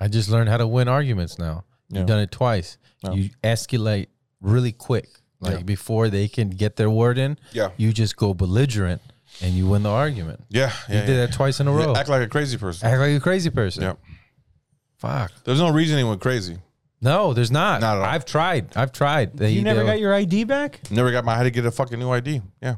[SPEAKER 2] I just learned how to win arguments now.
[SPEAKER 1] Yeah.
[SPEAKER 2] You've done it twice.
[SPEAKER 1] Yeah.
[SPEAKER 2] You escalate really quick. Like
[SPEAKER 1] Yeah.
[SPEAKER 2] before they can get their word in,
[SPEAKER 1] Yeah.
[SPEAKER 2] you just go belligerent and you win the argument.
[SPEAKER 1] Yeah.
[SPEAKER 2] You
[SPEAKER 1] yeah,
[SPEAKER 2] did
[SPEAKER 1] yeah.
[SPEAKER 2] that twice in a row.
[SPEAKER 1] Act like a crazy person.
[SPEAKER 2] Act like a crazy person.
[SPEAKER 1] Yeah.
[SPEAKER 2] Fuck.
[SPEAKER 1] There's no reason he went crazy.
[SPEAKER 2] No, there's not.
[SPEAKER 1] Not at all.
[SPEAKER 2] I've tried. I've tried. They,
[SPEAKER 3] You never
[SPEAKER 2] they'll-
[SPEAKER 3] got your ID back?
[SPEAKER 1] Never got my, I had to get a fucking new ID. Yeah.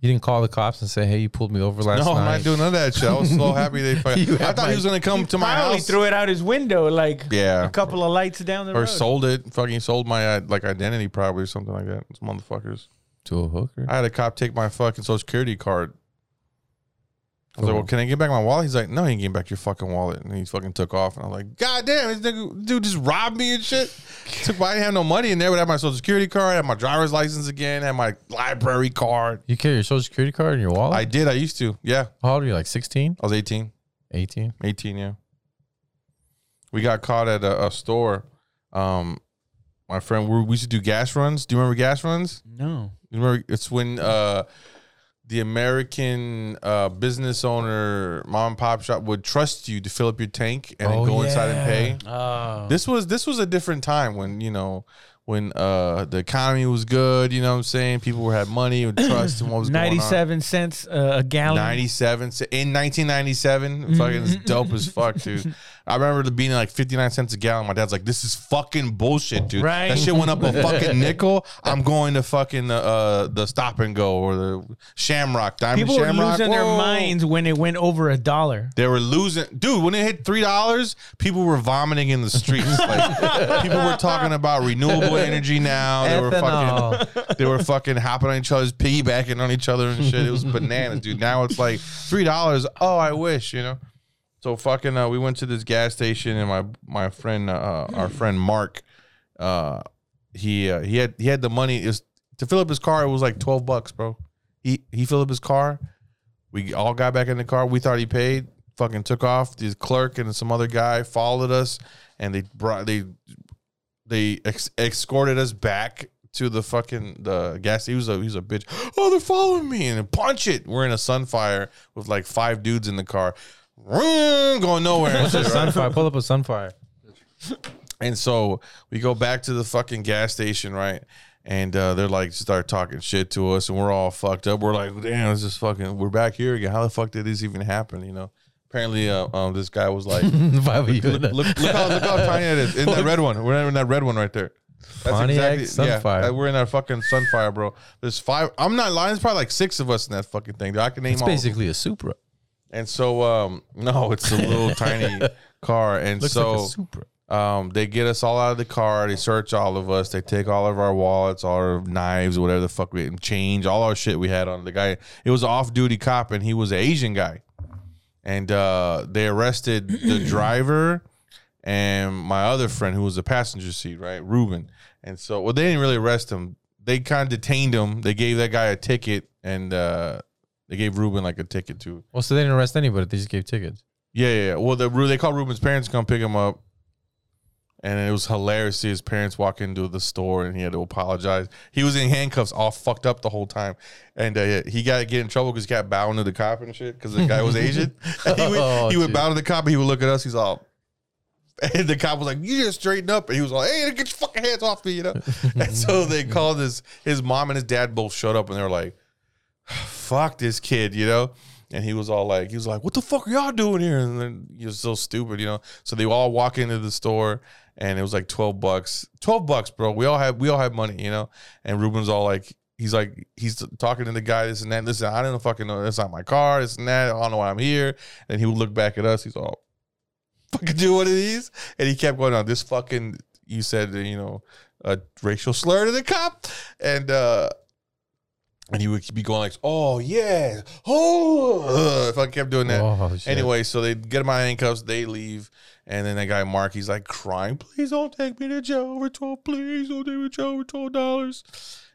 [SPEAKER 2] You didn't call the cops and say, "Hey, you pulled me over last
[SPEAKER 1] no,
[SPEAKER 2] night."
[SPEAKER 1] I'm not doing none of that shit. I was so happy they fucking.
[SPEAKER 2] You
[SPEAKER 1] I
[SPEAKER 2] had
[SPEAKER 1] thought he
[SPEAKER 2] my-
[SPEAKER 1] was going to come to my
[SPEAKER 3] Finally
[SPEAKER 1] house
[SPEAKER 3] threw it out his window like
[SPEAKER 1] Yeah.
[SPEAKER 3] a couple of lights down the
[SPEAKER 1] or
[SPEAKER 3] road.
[SPEAKER 1] sold it. Fucking sold my uh, like identity probably or something like that. Those motherfuckers.
[SPEAKER 2] to a hooker.
[SPEAKER 1] I had a cop take my fucking social security card. I was like,
[SPEAKER 2] Cool.
[SPEAKER 1] well, can I get back my wallet? He's like, no, you can get back your fucking wallet. And he fucking took off. And I'm like, God damn, this nigga, dude just robbed me and shit. took my, I didn't have no money in there, but I had my social security card, I had my driver's license again, I had my library card.
[SPEAKER 2] You carry your social security card in your wallet?
[SPEAKER 1] I did, I used to. Yeah.
[SPEAKER 2] How old are you? Like 16,
[SPEAKER 1] I was 18.
[SPEAKER 2] 18?
[SPEAKER 1] 18, yeah. We got caught at a, a store. Um, my friend, we, we used to do gas runs. Do you remember gas runs?
[SPEAKER 3] no.
[SPEAKER 1] You remember it's when uh the American uh, business owner mom and pop shop would trust you to fill up your tank and then
[SPEAKER 2] Oh,
[SPEAKER 1] go inside and
[SPEAKER 2] yeah.
[SPEAKER 1] pay.
[SPEAKER 3] Oh.
[SPEAKER 1] This was this was a different time when you know when uh the economy was good. You know what I'm saying? People were had money and trust and what was going on.
[SPEAKER 3] 97 cents uh, a gallon.
[SPEAKER 1] 97 so in 1997
[SPEAKER 3] Mm-hmm.
[SPEAKER 1] fucking it's dope as fuck dude i remember it being like 59 cents a gallon my dad's like this is fucking bullshit dude
[SPEAKER 3] Right.
[SPEAKER 1] that shit went up a fucking nickel i'm going to fucking uh the stop and go or the shamrock diamond
[SPEAKER 3] People were
[SPEAKER 1] shamrock
[SPEAKER 3] losing their
[SPEAKER 1] Whoa.
[SPEAKER 3] minds when it went over a dollar.
[SPEAKER 1] they were losing, dude. When it hit three dollars, people were vomiting in the streets. Like people were talking about renewable energy now. They were fucking, they were fucking hopping on each other's piggybacking on each other and shit. It was bananas, dude. Now it's like three dollars. Oh, I wish, you know. So fucking, uh, we went to this gas station, and my my friend, uh, our friend Mark, uh, he uh, he had he had the money. It was, to fill up his car. It was like twelve bucks, bro. He he filled up his car. We all got back in the car. We thought he paid. Fucking took off. This clerk and some other guy followed us, and they brought they they ex- escorted us back to the fucking the gas. He was a he was a bitch. Oh, they're following me and punch it. We're in a Sunfire with like five dudes in the car, Vroom, going nowhere. and shit, right?
[SPEAKER 2] Sunfire. Pull up a sunfire.
[SPEAKER 1] And so we go back to the fucking gas station, right? and uh, they're like start talking shit to us, and we're all fucked up. We're like, damn, this is fucking. We're back here again. How the fuck did this even happen? You know. Apparently, uh, um, this guy was like, look,
[SPEAKER 2] If I were you,
[SPEAKER 1] look, look how look how tiny it is in that red one. We're in that red one right there.
[SPEAKER 2] Pontiac Sunfire.
[SPEAKER 1] Yeah, uh, we're in that fucking sunfire, bro. There's five. I'm not lying. There's probably like six of us in that fucking thing. dude. I can name
[SPEAKER 2] it's
[SPEAKER 1] all. of them.
[SPEAKER 2] basically a Supra.
[SPEAKER 1] And so, um, no, it's a little tiny car. And
[SPEAKER 2] Looks
[SPEAKER 1] so,
[SPEAKER 2] like a Supra.
[SPEAKER 1] um, they get us all out of the car. They search all of us. They take all of our wallets, all our knives, whatever the fuck we and change, all our shit we had on. The guy, it was an off-duty cop, and he was an Asian guy. And uh, they arrested the driver and my other friend who was a passenger seat, right, Ruben. And so, well, they didn't really arrest him. They kind of detained him. They gave that guy a ticket, and uh, they gave Ruben like a ticket too.
[SPEAKER 2] Well, so they didn't arrest anybody. They just gave tickets.
[SPEAKER 1] Yeah, yeah. yeah. Well, the Ru- they called Ruben's parents to come pick him up, and it was hilarious. to See his parents walk into the store, and he had to apologize. He was in handcuffs, all fucked up the whole time, and uh, yeah, he got to get in trouble because he got bowing to the cop and shit because the guy was Asian. And he would,
[SPEAKER 2] Oh,
[SPEAKER 1] he would
[SPEAKER 2] dude.
[SPEAKER 1] bow to the cop, and he would look at us. He's all. And the cop was like, "You just straighten up," and he was like, "Hey, get your fucking hands off me!" You know. and so they called his his mom and his dad both showed up, and they were like, fuck this kid, you know? And he was all like, he was like, what the fuck are y'all doing here? And then you're so stupid, you know? So they all walk into the store and it was like 12 bucks. 12 bucks, bro. We all have we all have money, you know? And Ruben's all like, he's like, he's talking to the guy, this and that. Listen, I don't fucking know. That's not my car, this and that. I don't know why I'm here. And he would look back at us, he's all fucking do one of these. And he kept going on this fucking you said, you know, a racial slur to the cop. And uh and he would be going like, "Oh yeah, oh!" If I kept doing that,
[SPEAKER 2] Oh, shit.
[SPEAKER 1] anyway, so they get him out of handcuffs, they leave, and then that guy Mark, he's like crying, "Please don't take me to jail over twelve. Please don't take me to jail over twelve dollars."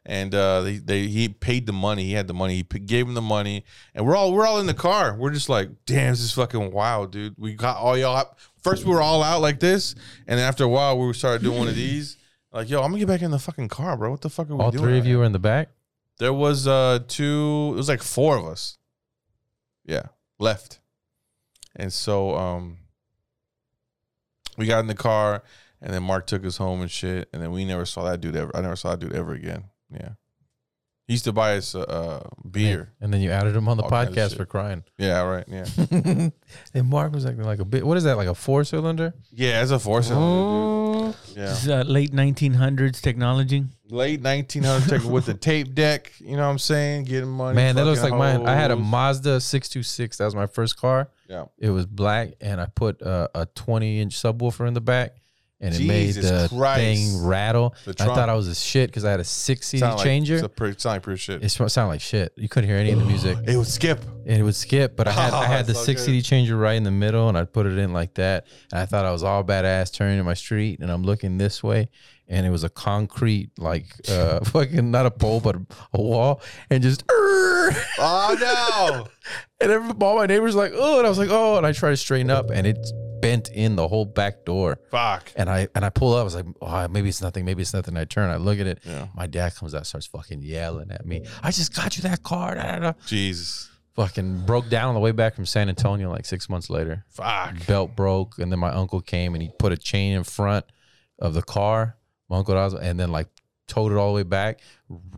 [SPEAKER 1] And uh, they, they he paid the money. He had the money. He p- gave him the money, and we're all we're all in the car. We're just like, "Damn, this is fucking wild, dude." We got all y'all. Out. First, we were all out like this, and then after a while, we started doing one of these. Like, yo, I'm gonna get back in the fucking car, bro. What the fuck are we
[SPEAKER 2] All
[SPEAKER 1] doing?
[SPEAKER 2] three
[SPEAKER 1] out
[SPEAKER 2] of you were in the back.
[SPEAKER 1] there was uh two. It was like four of us. Yeah, left, and so um, we got in the car, and then Mark took us home and shit, and then we never saw that dude ever. I never saw that dude ever again. Yeah, he used to buy us uh, uh beer.
[SPEAKER 2] And then you added him on the
[SPEAKER 1] All kinds of
[SPEAKER 2] podcast
[SPEAKER 1] shit.
[SPEAKER 2] for crying.
[SPEAKER 1] Yeah, right. Yeah,
[SPEAKER 2] and Mark was acting like a bit. What is that? Like a four cylinder?
[SPEAKER 1] yeah. As a four cylinder. dude. Yeah,
[SPEAKER 3] This is, uh, late 1900s technology.
[SPEAKER 1] late 1900 tech with the tape deck. You know what I'm saying? Getting money.
[SPEAKER 2] Man, that looks like
[SPEAKER 1] fucking
[SPEAKER 2] mine. I had a
[SPEAKER 1] hoes.
[SPEAKER 2] Mazda 626. That was my first car.
[SPEAKER 1] Yeah.
[SPEAKER 2] It was black, and I put uh, a 20 inch subwoofer in the back, and it
[SPEAKER 1] Jesus
[SPEAKER 2] made the
[SPEAKER 1] Christ.
[SPEAKER 2] thing rattle.
[SPEAKER 1] The
[SPEAKER 2] I thought
[SPEAKER 1] trunk.
[SPEAKER 2] I was a shit because I had a six CD
[SPEAKER 1] Sound like-
[SPEAKER 2] changer.
[SPEAKER 1] It's a pretty, sound like pretty shit.
[SPEAKER 2] it sm- sounded like shit. You couldn't hear any of the music,
[SPEAKER 1] It would skip.
[SPEAKER 2] and it would skip. But I had I had the
[SPEAKER 1] That's so
[SPEAKER 2] six
[SPEAKER 1] good.
[SPEAKER 2] CD changer right in the middle, and I'd put it in like that. And I thought I was all badass turning in my street, and I'm looking this way, and it was a concrete like uh, fucking not a pole but a, a wall, and just.
[SPEAKER 1] Oh no.
[SPEAKER 2] And every, all my neighbors like, oh, and I was like, oh, and I try to straighten up, and it's bent in the whole back door.
[SPEAKER 1] Fuck.
[SPEAKER 2] And I and I pull up. I was like, oh, maybe it's nothing. Maybe it's nothing. I turn. I look at it.
[SPEAKER 1] Yeah.
[SPEAKER 2] My dad comes out, starts fucking yelling at me. I just got you that car. Da, da, da.
[SPEAKER 1] Jesus.
[SPEAKER 2] Fucking broke down on the way back from San Antonio like six months later.
[SPEAKER 1] Fuck.
[SPEAKER 2] Belt broke, and then my uncle came and he put a chain in front of the car. My uncle Oz- and then like towed it all the way back.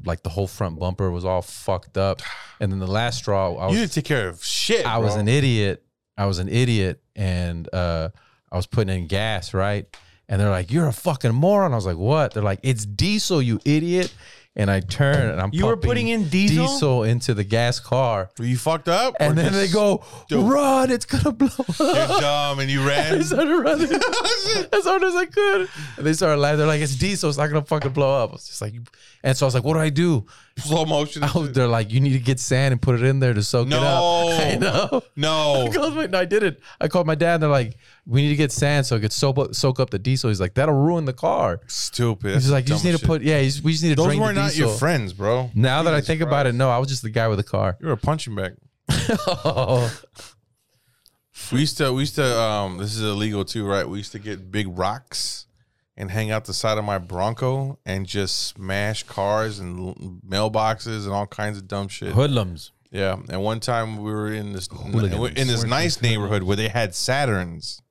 [SPEAKER 2] Like the whole front bumper was all fucked up. And then the last straw, I was
[SPEAKER 1] you didn't take care of shit.
[SPEAKER 2] I was
[SPEAKER 1] bro.
[SPEAKER 2] an idiot. I was an idiot, and uh, I was putting in gas, right? And they're like, "You're a fucking moron." I was like, "What?" They're like, "It's diesel, you idiot." And I turn and I'm
[SPEAKER 3] You were
[SPEAKER 2] pumping
[SPEAKER 3] putting in diesel?
[SPEAKER 2] into the gas car,
[SPEAKER 1] Were you fucked up?
[SPEAKER 2] and
[SPEAKER 1] Or
[SPEAKER 2] then
[SPEAKER 1] just-
[SPEAKER 2] they go,
[SPEAKER 1] Dude.
[SPEAKER 2] "Run! It's gonna blow
[SPEAKER 1] You're
[SPEAKER 2] up."
[SPEAKER 1] dumb and you ran.
[SPEAKER 2] I started running as hard as I could, and they started laughing. They're like, "It's diesel. It's not gonna fucking blow up." I was just like, and so I was like, "What do I do?"
[SPEAKER 1] Slow motion.
[SPEAKER 2] I
[SPEAKER 1] and
[SPEAKER 2] was,
[SPEAKER 1] shit.
[SPEAKER 2] they're like, "You need to get sand and put it in there to soak it
[SPEAKER 1] No.
[SPEAKER 2] up." I know. I
[SPEAKER 1] No.
[SPEAKER 2] called my, no, I didn't. I called my dad. They're like, we need to get sand so it could soak up, soak up the diesel. He's like, that'll ruin the car.
[SPEAKER 1] Stupid.
[SPEAKER 2] He's
[SPEAKER 1] That's
[SPEAKER 2] like, you just
[SPEAKER 1] dumb
[SPEAKER 2] need
[SPEAKER 1] shit.
[SPEAKER 2] to put, yeah, you just- we just need to
[SPEAKER 1] Those
[SPEAKER 2] drain
[SPEAKER 1] were
[SPEAKER 2] the
[SPEAKER 1] not
[SPEAKER 2] diesel.
[SPEAKER 1] your friends, bro.
[SPEAKER 2] Now that I
[SPEAKER 1] Jesus
[SPEAKER 2] think about it,
[SPEAKER 1] Christ.
[SPEAKER 2] no, I was just the guy with the car.
[SPEAKER 1] you were a punching bag. We used to, we used to, um, this is illegal too, right? We used to get big rocks and hang out the side of my Bronco and just smash cars and l- mailboxes and all kinds of dumb shit.
[SPEAKER 2] Hoodlums.
[SPEAKER 1] Yeah, and one time we were in this
[SPEAKER 2] Hooligans.
[SPEAKER 1] in this nice neighborhood where they had Saturns.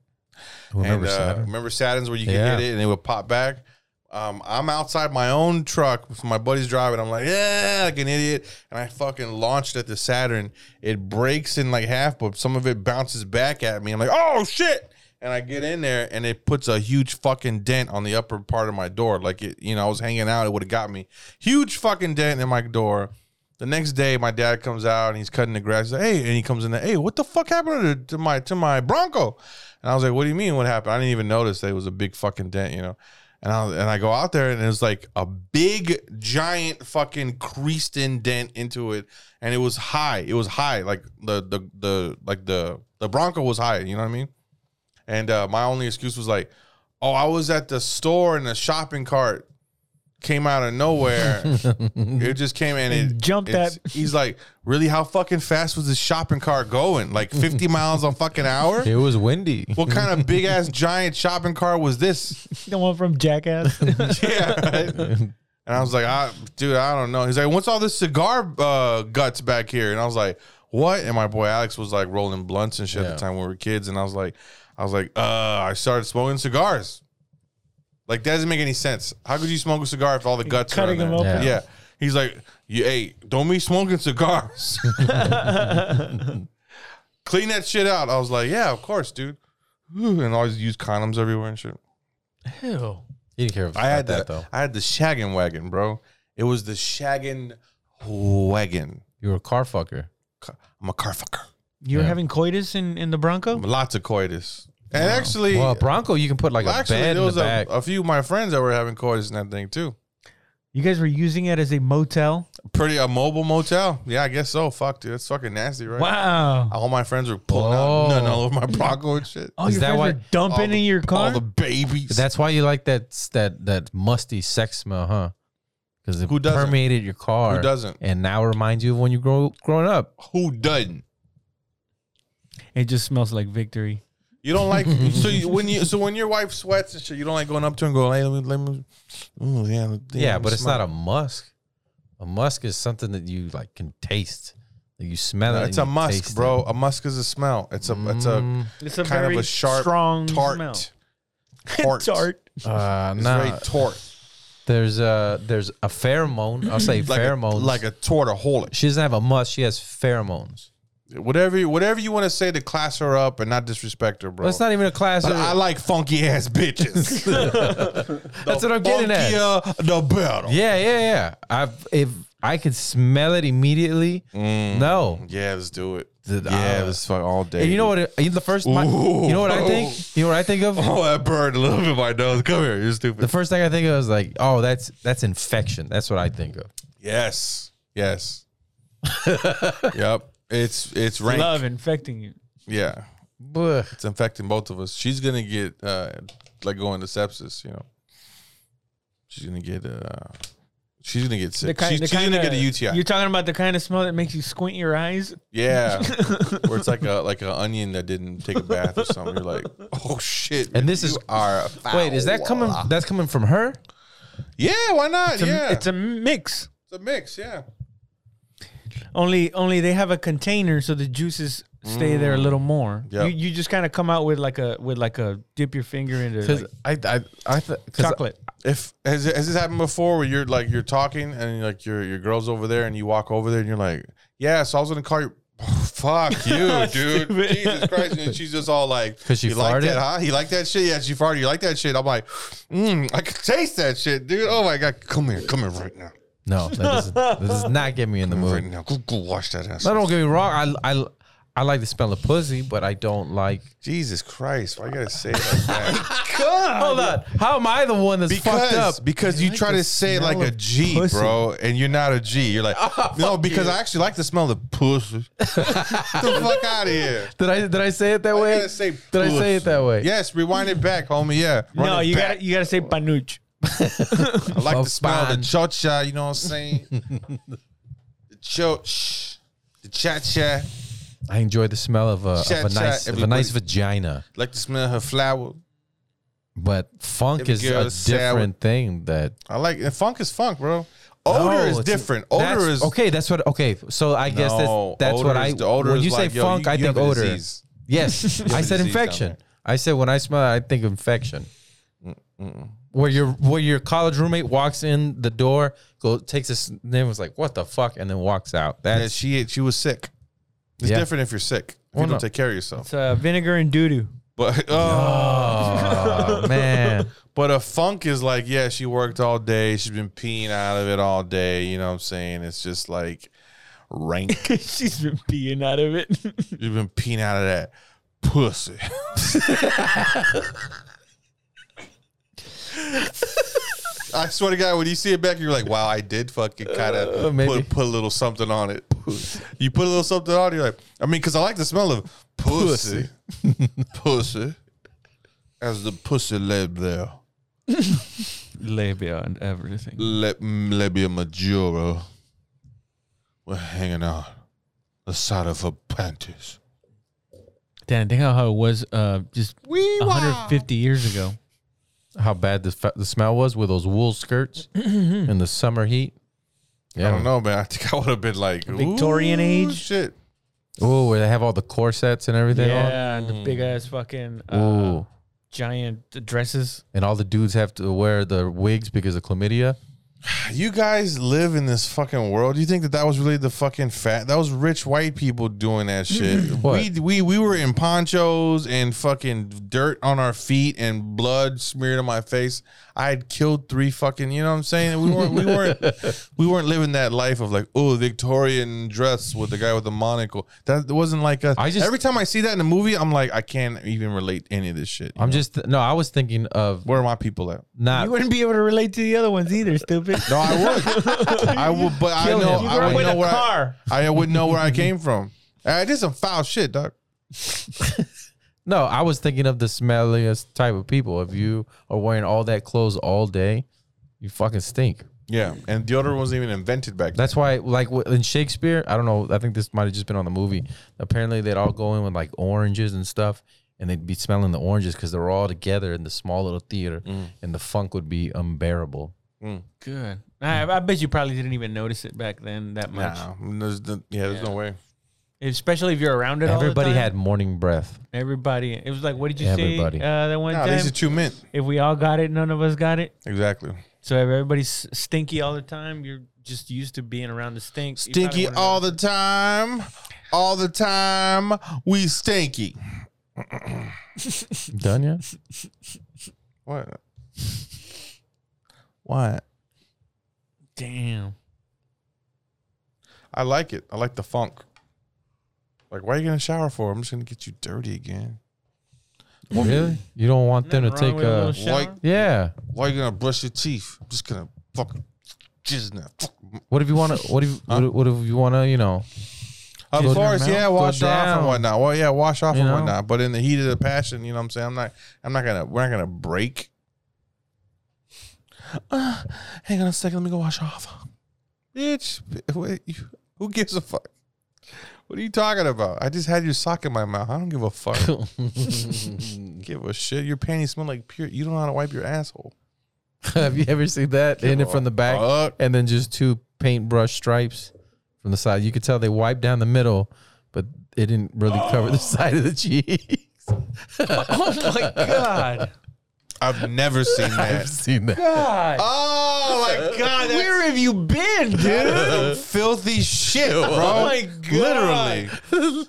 [SPEAKER 2] Remember
[SPEAKER 1] and, uh,
[SPEAKER 2] Saturn?
[SPEAKER 1] Remember Saturns where you could
[SPEAKER 2] Yeah.
[SPEAKER 1] hit it and it would pop back. Um, I'm outside my own truck. with My buddy's driving. I'm like, yeah, like an idiot. And I fucking launched at the Saturn. It breaks in like half, but some of it bounces back at me. I'm like, oh shit. And I get in there and it puts a huge fucking dent on the upper part of my door. Like it, you know, I was hanging out, it would have got me. Huge fucking dent in my door. The next day, my dad comes out and he's cutting the grass. He's like, hey, and he comes in there. Hey, what the fuck happened to, to my to my Bronco? And I was like, what do you mean? What happened? I didn't even notice that it was a big fucking dent, you know. And I and I go out there and it was like a big giant fucking creased in dent into it, and it was high. It was high, like the the the like the the Bronco was high. You know what I mean? And uh, my only excuse was like, oh, I was at the store and the shopping cart came out of nowhere. it just came in and it
[SPEAKER 3] Jumped
[SPEAKER 1] it's- He's like, really? How fucking fast was this shopping cart going? Like 50 miles a fucking hour?
[SPEAKER 2] It was windy.
[SPEAKER 1] What kind of big ass giant shopping cart was this?
[SPEAKER 3] the one from Jackass.
[SPEAKER 1] Yeah. right? And I was like, I, dude, I don't know. He's like, what's all this cigar uh, guts back here? And I was like, what? And my boy Alex was like rolling blunts and shit at
[SPEAKER 2] Yeah.
[SPEAKER 1] the time we were kids. And I was like, I was like, uh, I started smoking cigars. Like that doesn't make any sense. How could you smoke a cigar if all the guts
[SPEAKER 3] cutting
[SPEAKER 1] are in
[SPEAKER 3] them
[SPEAKER 1] there?
[SPEAKER 3] open.
[SPEAKER 2] Yeah.
[SPEAKER 1] Yeah. He's like, you, hey, don't be smoking cigars. Clean that shit out. I was like, yeah, of course, dude. Ooh, And always use condoms everywhere and shit.
[SPEAKER 3] Ew.
[SPEAKER 2] He didn't care about
[SPEAKER 1] I had
[SPEAKER 2] that
[SPEAKER 1] the,
[SPEAKER 2] though.
[SPEAKER 1] I had the shaggin' wagon, bro. It was the shaggin' wagon.
[SPEAKER 2] You were a car fucker.
[SPEAKER 1] Ca- I'm a car fucker.
[SPEAKER 3] You were
[SPEAKER 2] Yeah.
[SPEAKER 3] having coitus in, in the Bronco?
[SPEAKER 1] Lots of coitus. And actually,
[SPEAKER 2] Well, a Bronco, you can put like a
[SPEAKER 1] actually,
[SPEAKER 2] bed
[SPEAKER 1] there
[SPEAKER 2] in the
[SPEAKER 1] was a,
[SPEAKER 2] back.
[SPEAKER 1] a few of my friends that were having coitus in that thing too.
[SPEAKER 3] You guys were using it as a motel?
[SPEAKER 1] Pretty a mobile motel. Yeah, I guess so. Fuck, dude, that's fucking nasty, right?
[SPEAKER 3] Wow.
[SPEAKER 1] All my friends were pulling out
[SPEAKER 2] Oh.
[SPEAKER 1] none all over my Bronco and shit.
[SPEAKER 3] Oh,
[SPEAKER 2] Is
[SPEAKER 3] your
[SPEAKER 2] that
[SPEAKER 3] friends
[SPEAKER 2] why-
[SPEAKER 3] were dumping
[SPEAKER 1] all the-
[SPEAKER 3] in your
[SPEAKER 1] All
[SPEAKER 3] car?
[SPEAKER 1] the babies.
[SPEAKER 2] That's why you like that that that musty sex smell, huh? Because it
[SPEAKER 1] Who doesn't?
[SPEAKER 2] permeated your car.
[SPEAKER 1] who doesn't.
[SPEAKER 2] And now reminds you of when you grow growing up.
[SPEAKER 1] Who doesn't?
[SPEAKER 3] it just smells like victory.
[SPEAKER 1] You don't like so you, when you so when your wife sweats and shit, you don't like going up to her and going, "Hey, let me, let me." Ooh, yeah,
[SPEAKER 2] Yeah, but it's not a musk. A musk is something that you like can taste. That you smell it.
[SPEAKER 1] No,
[SPEAKER 2] and
[SPEAKER 1] it's a
[SPEAKER 2] you taste
[SPEAKER 1] musk,
[SPEAKER 2] it.
[SPEAKER 1] bro. A musk is a smell. It's a it's
[SPEAKER 2] Mm.
[SPEAKER 1] a
[SPEAKER 3] It's a
[SPEAKER 1] Kind of
[SPEAKER 3] very
[SPEAKER 1] a sharp,
[SPEAKER 3] strong
[SPEAKER 1] tart.
[SPEAKER 3] smell.
[SPEAKER 1] Tart.
[SPEAKER 3] Tart.
[SPEAKER 2] Uh,
[SPEAKER 1] It's
[SPEAKER 2] nah,
[SPEAKER 1] very tart.
[SPEAKER 2] there's a there's a pheromone. I'll say
[SPEAKER 1] Like
[SPEAKER 2] pheromones.
[SPEAKER 1] a, like a tortaholic.
[SPEAKER 2] she doesn't have a musk. She has pheromones.
[SPEAKER 1] Whatever you- whatever you want to say to class her up and not disrespect her, bro.
[SPEAKER 2] That's not even a class.
[SPEAKER 1] But
[SPEAKER 2] or-
[SPEAKER 1] I like funky ass bitches.
[SPEAKER 2] that's what I'm getting at.
[SPEAKER 1] Funkier, the better.
[SPEAKER 2] Yeah, yeah, yeah. I've if I could smell it immediately. No,
[SPEAKER 1] Yeah, let's do it.
[SPEAKER 2] Did-
[SPEAKER 1] Mm. yeah,
[SPEAKER 2] uh,
[SPEAKER 1] let's fuck all day.
[SPEAKER 2] and you know what? it- The first, my,
[SPEAKER 1] Ooh.
[SPEAKER 2] you know what I think? You know what I think of?
[SPEAKER 1] Oh, that burned a little bit my nose. Come here, you're stupid.
[SPEAKER 2] The first thing I think of is like, oh, that's that's infection. That's what I think of.
[SPEAKER 1] yes, yes. yep, it's it's rank.
[SPEAKER 3] Love infecting you.
[SPEAKER 1] Yeah,
[SPEAKER 2] Blech.
[SPEAKER 1] it's infecting both of us. She's gonna get uh, like going to sepsis. You know, she's gonna get uh, she's gonna get
[SPEAKER 3] The
[SPEAKER 1] sick.
[SPEAKER 3] kind,
[SPEAKER 1] she's
[SPEAKER 3] the
[SPEAKER 1] she's
[SPEAKER 3] kind
[SPEAKER 1] gonna
[SPEAKER 3] of,
[SPEAKER 1] get a UTI.
[SPEAKER 3] You're talking about the kind of smell that makes you squint your eyes.
[SPEAKER 1] yeah, where it's like a like an onion that didn't take a bath or something. You're like, oh shit.
[SPEAKER 2] And this
[SPEAKER 1] you
[SPEAKER 2] is-
[SPEAKER 1] are
[SPEAKER 2] Wait, is that coming? That's coming from her?
[SPEAKER 1] Yeah, why not?
[SPEAKER 3] It's a,
[SPEAKER 1] yeah,
[SPEAKER 3] it's a mix.
[SPEAKER 1] it's a mix. Yeah,
[SPEAKER 3] Only, only they have a container so the juices stay there a little more.
[SPEAKER 1] Mm. Yep.
[SPEAKER 3] You, you just kind of come out with like a, with like a dip your finger into
[SPEAKER 2] Because
[SPEAKER 3] like
[SPEAKER 2] I, I, I th- 'cause
[SPEAKER 3] chocolate.
[SPEAKER 1] if has, has this happened before where you're like you're talking and like your your girl's over there and you walk over there and you're like yeah so i was gonna call you fuck you dude
[SPEAKER 3] Stupid.
[SPEAKER 1] jesus christ and she's just all like
[SPEAKER 2] 'Cause she
[SPEAKER 1] you like
[SPEAKER 2] farted?
[SPEAKER 1] that huh you like that shit yeah she farted you like that shit i'm like mm, i can taste that shit dude oh my god come here come here right now
[SPEAKER 2] No, that doesn't, that does not get me in the
[SPEAKER 1] right
[SPEAKER 2] mood.
[SPEAKER 1] now go, go wash that ass
[SPEAKER 2] No, don't get me wrong. I, I, I like the smell of pussy, but I don't like.
[SPEAKER 1] jesus christ why you gotta say it like that
[SPEAKER 2] Hold on. How am I the one that's fucked
[SPEAKER 1] because
[SPEAKER 2] up?
[SPEAKER 1] because you try to say it like a G,
[SPEAKER 3] pussy.
[SPEAKER 1] bro, and you're not a G. You're like,
[SPEAKER 2] Oh,
[SPEAKER 1] no, because I actually like the smell of pussy. Get the fuck out of here.
[SPEAKER 2] Did I did I say it that
[SPEAKER 1] I
[SPEAKER 2] way?
[SPEAKER 1] gotta say
[SPEAKER 2] did I say
[SPEAKER 1] pussy.
[SPEAKER 2] it that way?
[SPEAKER 1] Yes, rewind it back, homie. Yeah, Run
[SPEAKER 3] No,
[SPEAKER 1] it
[SPEAKER 3] you
[SPEAKER 1] back.
[SPEAKER 3] got, you got to say panuch.
[SPEAKER 1] I like the
[SPEAKER 2] Of
[SPEAKER 1] smell of the
[SPEAKER 2] pan.
[SPEAKER 1] cha cha. You know what I'm saying? the cho, shh, the cha cha.
[SPEAKER 2] I enjoy the smell of a, of
[SPEAKER 1] Chat,
[SPEAKER 2] a nice
[SPEAKER 1] chat,
[SPEAKER 2] of a nice
[SPEAKER 1] everybody.
[SPEAKER 2] vagina,
[SPEAKER 1] Like to smell her flower.
[SPEAKER 2] but funk
[SPEAKER 1] Every
[SPEAKER 2] is
[SPEAKER 1] girl
[SPEAKER 2] a
[SPEAKER 1] is sour.
[SPEAKER 2] different thing. That
[SPEAKER 1] I like and funk is funk, bro. Odor
[SPEAKER 2] No,
[SPEAKER 1] is
[SPEAKER 2] Oh, it's-
[SPEAKER 1] different.
[SPEAKER 2] that's-
[SPEAKER 1] Odor is
[SPEAKER 2] okay. That's what okay. So I guess
[SPEAKER 1] No,
[SPEAKER 2] that's that's
[SPEAKER 1] odor
[SPEAKER 2] what
[SPEAKER 1] is-
[SPEAKER 2] I
[SPEAKER 1] the odor
[SPEAKER 2] when
[SPEAKER 1] is
[SPEAKER 2] you say
[SPEAKER 1] like, yo,
[SPEAKER 2] funk,
[SPEAKER 1] you-
[SPEAKER 2] I
[SPEAKER 1] you
[SPEAKER 2] think
[SPEAKER 1] have a
[SPEAKER 2] odor.
[SPEAKER 1] disease.
[SPEAKER 2] Yes,
[SPEAKER 1] have
[SPEAKER 2] I
[SPEAKER 1] a
[SPEAKER 2] said
[SPEAKER 1] disease down
[SPEAKER 2] infection.
[SPEAKER 1] there.
[SPEAKER 2] I said when I smell, it, I think infection. where your where your college roommate walks in the door, go takes a sn- then was like, "What the fuck?" and then walks out.
[SPEAKER 1] Yeah,
[SPEAKER 2] That's
[SPEAKER 1] she she was sick. It's
[SPEAKER 2] Yeah.
[SPEAKER 1] different if you're sick. If
[SPEAKER 2] Well,
[SPEAKER 1] you don't
[SPEAKER 2] no.
[SPEAKER 1] take care of yourself.
[SPEAKER 3] It's uh, vinegar and doo doo.
[SPEAKER 1] But oh,
[SPEAKER 2] oh man,
[SPEAKER 1] but a funk is like, yeah, she worked all day. She's been peeing out of it all day. You know what I'm saying? It's just like rank.
[SPEAKER 3] She's been peeing out of it.
[SPEAKER 1] You've been peeing out of that pussy. I swear to God, when you see it back, you're like, wow, I did fucking kind
[SPEAKER 2] Uh,
[SPEAKER 1] of
[SPEAKER 2] maybe.
[SPEAKER 1] put, put a little something on it. You put a little something on it, you're like, I mean, because I like the smell of pussy. Pussy. As the pussy led there.
[SPEAKER 3] Labia and everything.
[SPEAKER 1] Le- Labia Majora. We're hanging out. The side of her panties.
[SPEAKER 3] Damn, think how it was uh, just 150 years ago.
[SPEAKER 2] how bad the fa- the smell was with those wool skirts in the summer heat. Yeah,
[SPEAKER 1] I don't know, man. I think I would have been like
[SPEAKER 3] Victorian
[SPEAKER 1] "Ooh,
[SPEAKER 3] age?"
[SPEAKER 1] Shit.
[SPEAKER 2] Oh, where they have all the corsets and everything
[SPEAKER 3] yeah, and the big ass fucking
[SPEAKER 2] on. Ooh,
[SPEAKER 3] uh, giant dresses.
[SPEAKER 2] and all the dudes have to wear the wigs because of chlamydia.
[SPEAKER 1] You guys live in this fucking world. You think that that was really the fucking fat? That was rich white people doing that shit.
[SPEAKER 2] What?
[SPEAKER 1] we we we were in ponchos and fucking dirt on our feet and blood smeared on my face. I had killed three fucking. You know what I'm saying? We weren't we weren't we weren't living that life of like oh Victorian dress with the guy with the monocle. That wasn't like a.
[SPEAKER 2] I
[SPEAKER 1] I
[SPEAKER 2] just-
[SPEAKER 1] just every time I see that in a movie, I'm like I can't even relate any of this shit.
[SPEAKER 2] I'm just no. I was thinking of
[SPEAKER 1] Where are my people at?
[SPEAKER 2] not.
[SPEAKER 3] You wouldn't be able to relate to the other ones either, stupid.
[SPEAKER 1] No, I would. I would, but I
[SPEAKER 2] Kill
[SPEAKER 1] know
[SPEAKER 2] him.
[SPEAKER 1] I
[SPEAKER 2] You
[SPEAKER 1] would
[SPEAKER 2] were
[SPEAKER 1] know
[SPEAKER 3] a
[SPEAKER 1] where I,
[SPEAKER 3] car.
[SPEAKER 1] I wouldn't know where I came from. I did some foul shit, dog.
[SPEAKER 2] No, I was thinking of the smelliest type of people. If you are wearing all that clothes all day, you fucking stink.
[SPEAKER 1] Yeah, and deodorant wasn't even invented back then.
[SPEAKER 2] That's why, like w- in Shakespeare, I don't know. I think this might have just been on the movie. Apparently, they'd all go in with like oranges and stuff, and they'd be smelling the oranges because they're all together in the small little theater, and the funk would be unbearable.
[SPEAKER 3] Good. I, I bet you probably didn't even notice it back then that much.
[SPEAKER 1] Nah, there's the, yeah, there's no way.
[SPEAKER 3] Especially if you're around it. all the
[SPEAKER 2] Everybody
[SPEAKER 3] time.
[SPEAKER 2] had morning breath.
[SPEAKER 3] Everybody. It was like, what did you
[SPEAKER 2] Everybody.
[SPEAKER 3] say uh, that one
[SPEAKER 1] Nah,
[SPEAKER 3] time?
[SPEAKER 1] they should chew mint.
[SPEAKER 3] if we all got it, none of us got it.
[SPEAKER 1] Exactly.
[SPEAKER 3] So if everybody's stinky all the time, you're just used to being around the stink. You probably
[SPEAKER 1] Stinky
[SPEAKER 3] wouldn't
[SPEAKER 1] all
[SPEAKER 3] know.
[SPEAKER 1] the time, all the time. We stinky.
[SPEAKER 2] Done yet?
[SPEAKER 1] What? What?
[SPEAKER 3] Damn.
[SPEAKER 1] I like it. I like the funk. Like, why are you gonna shower for? I'm just gonna get you dirty again.
[SPEAKER 2] really? You don't want them to take
[SPEAKER 3] Nothing wrong with a
[SPEAKER 2] a.
[SPEAKER 3] little shower.
[SPEAKER 1] like-
[SPEAKER 2] yeah.
[SPEAKER 1] Why are you gonna brush your teeth? I'm just gonna fucking jizz in that fucking
[SPEAKER 2] What if you want to? What if? What, what if you want to? You know.
[SPEAKER 1] Of
[SPEAKER 2] Go
[SPEAKER 1] course,
[SPEAKER 2] down.
[SPEAKER 1] yeah,
[SPEAKER 2] Go
[SPEAKER 1] wash her off
[SPEAKER 2] down.
[SPEAKER 1] and whatnot. Well, yeah, wash off
[SPEAKER 2] You
[SPEAKER 1] and
[SPEAKER 2] know?
[SPEAKER 1] whatnot. But in the heat of the passion, you know what I'm saying? I'm not I'm not gonna we're not gonna break. Uh, hang on a second, let me go wash off. Bitch, wait, you- who gives a fuck? What are you talking about? I just had your sock in my mouth. I don't give a fuck. give a shit. Your panties smell like pure. You don't know how to wipe your asshole.
[SPEAKER 2] have you ever seen that? In it from the back.
[SPEAKER 1] Fuck.
[SPEAKER 2] and then just two paintbrush stripes from the side. You could tell they wiped down the middle, but it didn't really cover the side of the cheeks.
[SPEAKER 3] Oh my god.
[SPEAKER 1] I've never seen that.
[SPEAKER 2] I've seen that.
[SPEAKER 3] God.
[SPEAKER 1] oh my god, that's
[SPEAKER 3] Where have you been, dude?
[SPEAKER 1] Some filthy shit, bro.
[SPEAKER 3] my God.
[SPEAKER 1] Literally,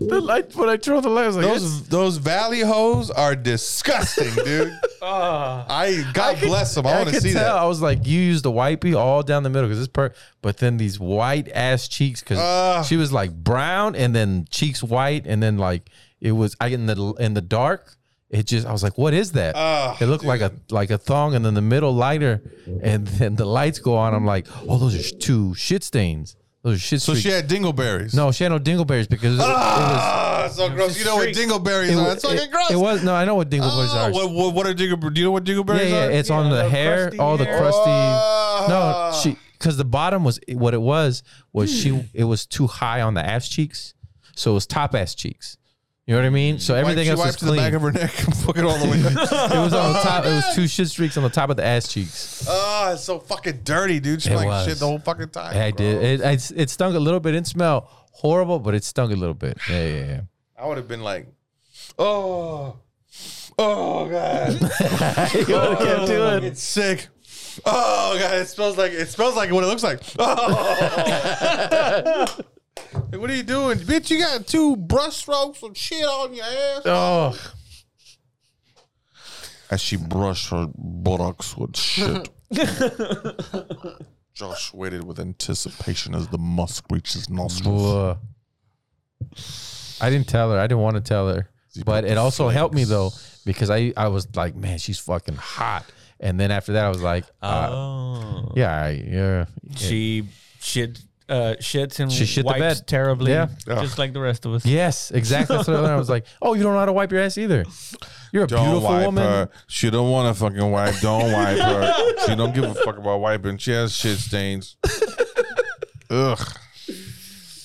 [SPEAKER 2] The light when I turned the light, I was like,
[SPEAKER 1] those those valley hoes are disgusting, dude.
[SPEAKER 3] Ah.
[SPEAKER 1] I God bless them. I, want to
[SPEAKER 2] could
[SPEAKER 1] see
[SPEAKER 2] tell.
[SPEAKER 1] that.
[SPEAKER 2] I was like, you used the wipey all down the middle because it's per. But then these white ass cheeks because
[SPEAKER 1] Ugh.
[SPEAKER 2] she was like brown and then cheeks white and then like it was I in the in the dark. It just I was like, what is that?
[SPEAKER 1] Ugh,
[SPEAKER 2] it looked like a like a thong and then the middle lighter and then the lights go on. I'm like, oh, those are sh- two shit stains. Those are shit.
[SPEAKER 1] So
[SPEAKER 2] streak-
[SPEAKER 1] she had dingleberries.
[SPEAKER 2] no, she had no dingleberries because it, was-
[SPEAKER 1] ah, so gross. You know what dingleberries
[SPEAKER 2] it
[SPEAKER 1] are?
[SPEAKER 2] was.
[SPEAKER 1] That's fucking gross.
[SPEAKER 2] It was no, I know what dingleberries
[SPEAKER 1] Ah,
[SPEAKER 2] are.
[SPEAKER 1] What, what, what are dingleberries? Do you know what
[SPEAKER 2] yeah,
[SPEAKER 1] dingleberries
[SPEAKER 2] yeah,
[SPEAKER 1] are?
[SPEAKER 2] it's on
[SPEAKER 3] Yeah,
[SPEAKER 2] the,
[SPEAKER 3] the
[SPEAKER 2] hair,
[SPEAKER 3] crusty
[SPEAKER 2] all the
[SPEAKER 3] hair.
[SPEAKER 2] crusty. No,
[SPEAKER 1] Ah. Hmm.
[SPEAKER 2] she because the bottom was what it was was she it was too high on the ass cheeks, so it was top ass cheeks. You know what I mean? So everything
[SPEAKER 1] she
[SPEAKER 2] else was
[SPEAKER 1] wiped to the
[SPEAKER 2] clean.
[SPEAKER 1] back
[SPEAKER 2] It
[SPEAKER 1] of her neck and fucking all the way.
[SPEAKER 2] was on the top. It was two shit streaks on the top of the ass cheeks.
[SPEAKER 1] Ah, it's so fucking dirty, dude. She
[SPEAKER 2] It
[SPEAKER 1] like
[SPEAKER 2] was.
[SPEAKER 1] shit the whole fucking time.
[SPEAKER 2] I
[SPEAKER 1] bro.
[SPEAKER 2] did. It, it it stunk a little bit. It didn't smell horrible, but it stung a little bit. Yeah, yeah, yeah.
[SPEAKER 1] I would have been like, oh, Oh god.
[SPEAKER 2] can't do it.
[SPEAKER 1] It's sick. Oh god, it smells like it smells like what it looks like. Oh. Hey, what are you doing, bitch? You got two brush strokes of shit on your ass.
[SPEAKER 2] Oh,
[SPEAKER 5] As she brushed her buttocks with shit. Josh waited with anticipation as the musk reached his nostrils.
[SPEAKER 2] Buh. I didn't tell her. I didn't want to tell her. But it also helped me though because I I was like, man, she's fucking hot. And then after that, I was like, uh,
[SPEAKER 3] Oh.
[SPEAKER 2] yeah, I- yeah, yeah.
[SPEAKER 3] She shit uh, shits and
[SPEAKER 2] She shit the
[SPEAKER 3] wipes
[SPEAKER 2] bed.
[SPEAKER 3] terribly,
[SPEAKER 2] Yeah.
[SPEAKER 3] just like the rest of us.
[SPEAKER 2] Yes, exactly. That's what I learned. I was like, oh, you don't know how to wipe your ass either. You're a beautiful woman.
[SPEAKER 1] her. She don't want to fucking wipe. Don't wipe her. She don't give a fuck about wiping. She has shit stains. Ugh.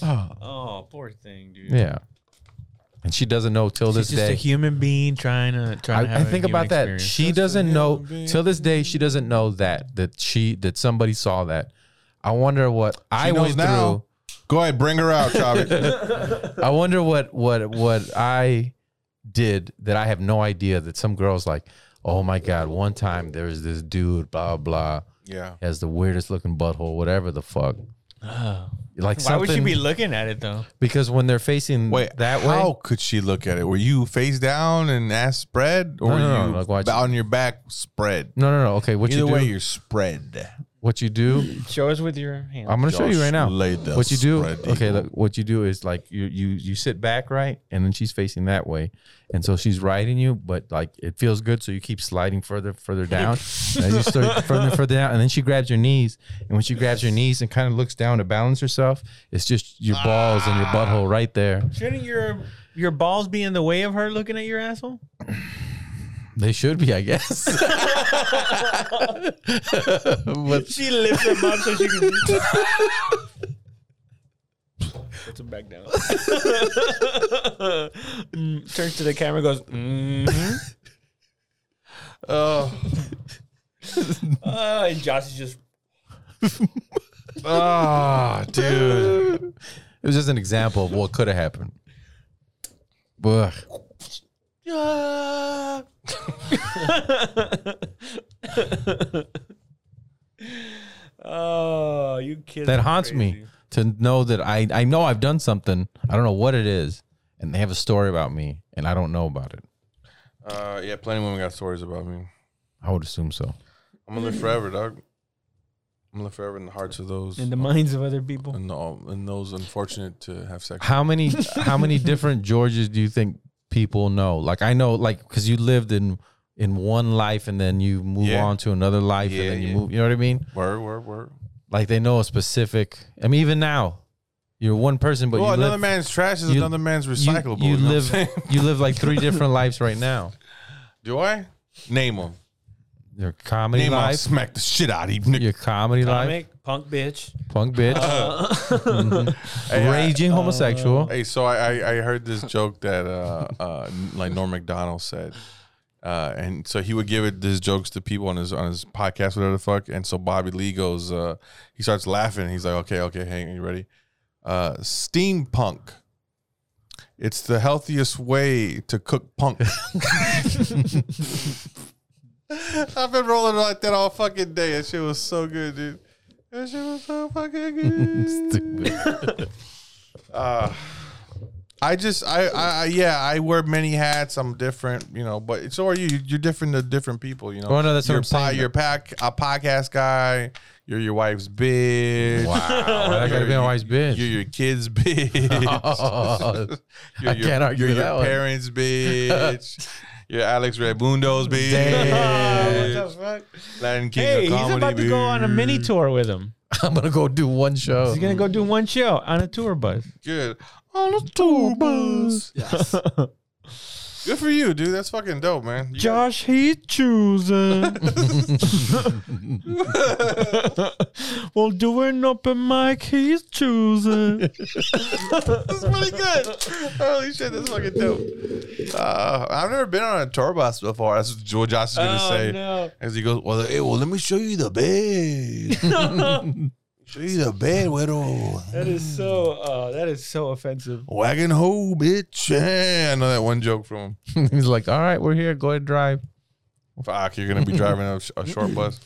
[SPEAKER 3] Oh, poor thing, dude.
[SPEAKER 2] Yeah. And she doesn't know till
[SPEAKER 3] She's
[SPEAKER 2] this
[SPEAKER 3] just a
[SPEAKER 2] day.
[SPEAKER 3] human being trying to trying to
[SPEAKER 2] I,
[SPEAKER 3] have
[SPEAKER 2] I
[SPEAKER 3] a
[SPEAKER 2] think
[SPEAKER 3] human
[SPEAKER 2] about that.
[SPEAKER 3] experience.
[SPEAKER 2] She doesn't know till this day. She doesn't know that that she that somebody saw that. I wonder what I
[SPEAKER 1] knows
[SPEAKER 2] went
[SPEAKER 1] now.
[SPEAKER 2] through.
[SPEAKER 1] Go ahead, bring her out, Chavi.
[SPEAKER 2] I wonder what what what I did that I have no idea that some girls like, oh my god, one time there was this dude, blah blah,
[SPEAKER 1] yeah.
[SPEAKER 2] has the weirdest looking butthole, whatever the fuck.
[SPEAKER 3] Oh.
[SPEAKER 2] Like
[SPEAKER 3] Why would she
[SPEAKER 2] something-
[SPEAKER 3] be looking at it though?
[SPEAKER 2] because when they're facing
[SPEAKER 1] Wait,
[SPEAKER 2] that
[SPEAKER 1] How
[SPEAKER 2] way,
[SPEAKER 1] could she look at it? Were you face down and ass spread, or
[SPEAKER 2] No,
[SPEAKER 1] were
[SPEAKER 2] no, no,
[SPEAKER 1] you
[SPEAKER 2] like watch-
[SPEAKER 1] on your back spread?
[SPEAKER 2] no no no, okay, what
[SPEAKER 1] Either
[SPEAKER 2] you do,
[SPEAKER 1] way, you're spread.
[SPEAKER 2] what you do,
[SPEAKER 3] Show us with your hand.
[SPEAKER 2] I'm gonna show you
[SPEAKER 5] Josh
[SPEAKER 2] right now.
[SPEAKER 5] laid that
[SPEAKER 2] What you do?
[SPEAKER 5] spread
[SPEAKER 2] Okay,
[SPEAKER 5] eagle.
[SPEAKER 2] look, what you do is like you you you sit back right, and then she's facing that way, and so she's riding you, but like it feels good, so you keep sliding further further down, and then you start further further down, and then she grabs your knees, and when she grabs your knees and kind of looks down to balance herself, it's just your balls and your butthole right there.
[SPEAKER 3] Shouldn't your your balls be in the way of her looking at your asshole?
[SPEAKER 2] They should be, I guess. but
[SPEAKER 3] She lifts them up so she can puts them back down. Mm, Turns to the camera, goes. Mm-hmm.
[SPEAKER 1] Oh,
[SPEAKER 3] Ah, and Josh is just.
[SPEAKER 1] oh dude.
[SPEAKER 2] it was just an example of what could have happened. Ugh.
[SPEAKER 3] oh, you kidding?
[SPEAKER 2] that haunts me to know that I I know I've done something. I don't know what it is, and they have a story about me, and I don't know about it.
[SPEAKER 1] Uh, yeah, plenty of women got stories about me.
[SPEAKER 2] I would assume so.
[SPEAKER 1] I'm gonna live forever, dog. I'm gonna live forever in the hearts of those
[SPEAKER 3] In
[SPEAKER 1] and
[SPEAKER 3] the minds of other people.
[SPEAKER 1] and, all, and those unfortunate to have sex.
[SPEAKER 2] How many how many different Georges do you think people know? Like I know, like because you lived in in one life and then you move
[SPEAKER 1] Yeah.
[SPEAKER 2] on to another life
[SPEAKER 1] Yeah,
[SPEAKER 2] and then you
[SPEAKER 1] yeah.
[SPEAKER 2] move. You know what I mean?
[SPEAKER 1] Word, word, word.
[SPEAKER 2] Like they know a specific. I mean, even now, you're one person, but
[SPEAKER 1] well,
[SPEAKER 2] you
[SPEAKER 1] another
[SPEAKER 2] live,
[SPEAKER 1] man's trash is
[SPEAKER 2] you-
[SPEAKER 1] another man's
[SPEAKER 2] you-
[SPEAKER 1] recyclable.
[SPEAKER 2] You,
[SPEAKER 1] You, know live.
[SPEAKER 2] live you live like three different lives right now.
[SPEAKER 1] Do I? Name him.
[SPEAKER 2] Your comedy
[SPEAKER 1] Name him. I'll
[SPEAKER 2] life,
[SPEAKER 1] smack the shit out of you. nigga.
[SPEAKER 2] your comedy life,
[SPEAKER 3] Comic, punk bitch.
[SPEAKER 2] punk bitch.
[SPEAKER 1] Uh, Hey, I- uh,
[SPEAKER 2] raging homosexual.
[SPEAKER 1] Hey, so I, I, I heard this joke that uh, uh, like Norm Macdonald said, uh, and so he would give it these jokes to people on his on his podcast, whatever the fuck. And so Bobby Lee goes, uh, he starts laughing. He's like, okay, okay, hang, on, you ready? Uh, steampunk. It's the healthiest way to cook punk. I've been rolling like that all fucking day. That shit was so good, dude. That shit was so fucking good. Uh,
[SPEAKER 2] Stupid.
[SPEAKER 1] I just I, I I- yeah I wear many hats. I'm different, you know. But so are you. You're different to different people, you know.
[SPEAKER 2] Well, no, that's what
[SPEAKER 1] you're
[SPEAKER 2] I'm saying.
[SPEAKER 1] You're pack a podcast guy. You're your wife's bitch.
[SPEAKER 2] Wow, that gotta be a wise bitch.
[SPEAKER 1] You're your kid's bitch.
[SPEAKER 2] Oh,
[SPEAKER 1] you're
[SPEAKER 2] I
[SPEAKER 1] your,
[SPEAKER 2] can't argue
[SPEAKER 1] You're
[SPEAKER 2] with
[SPEAKER 1] your
[SPEAKER 2] that one.
[SPEAKER 1] parents' bitch. you're Alex Redmundo's bitch.
[SPEAKER 3] Ah,
[SPEAKER 2] Damn.
[SPEAKER 1] Latin King
[SPEAKER 3] Hey,
[SPEAKER 1] of
[SPEAKER 3] he's
[SPEAKER 1] comedy,
[SPEAKER 3] about to go on a mini
[SPEAKER 1] bitch.
[SPEAKER 3] tour with him.
[SPEAKER 2] I'm gonna go do one show.
[SPEAKER 3] He's gonna go do one show on a tour bus.
[SPEAKER 1] Good on a tour bus.
[SPEAKER 4] Yes.
[SPEAKER 1] Good for you, dude. That's fucking dope, man. You got-
[SPEAKER 3] Josh, he choosing. well, doing open mic, he's choosing.
[SPEAKER 1] That's pretty good. Holy shit, that's fucking dope. Uh, I've never been on a tour bus before. That's what Josh is gonna say
[SPEAKER 3] Oh, no.
[SPEAKER 1] as he goes. Well, hey, well, let me show you the bed. She's a bad widow.
[SPEAKER 3] That is so. Uh, that is so offensive.
[SPEAKER 1] Wagon hoe, bitch. Yeah, I know that one joke from him.
[SPEAKER 2] He's like, all right, we're here. Go ahead, and drive.
[SPEAKER 1] Fuck, you're gonna be driving a, sh- a short bus.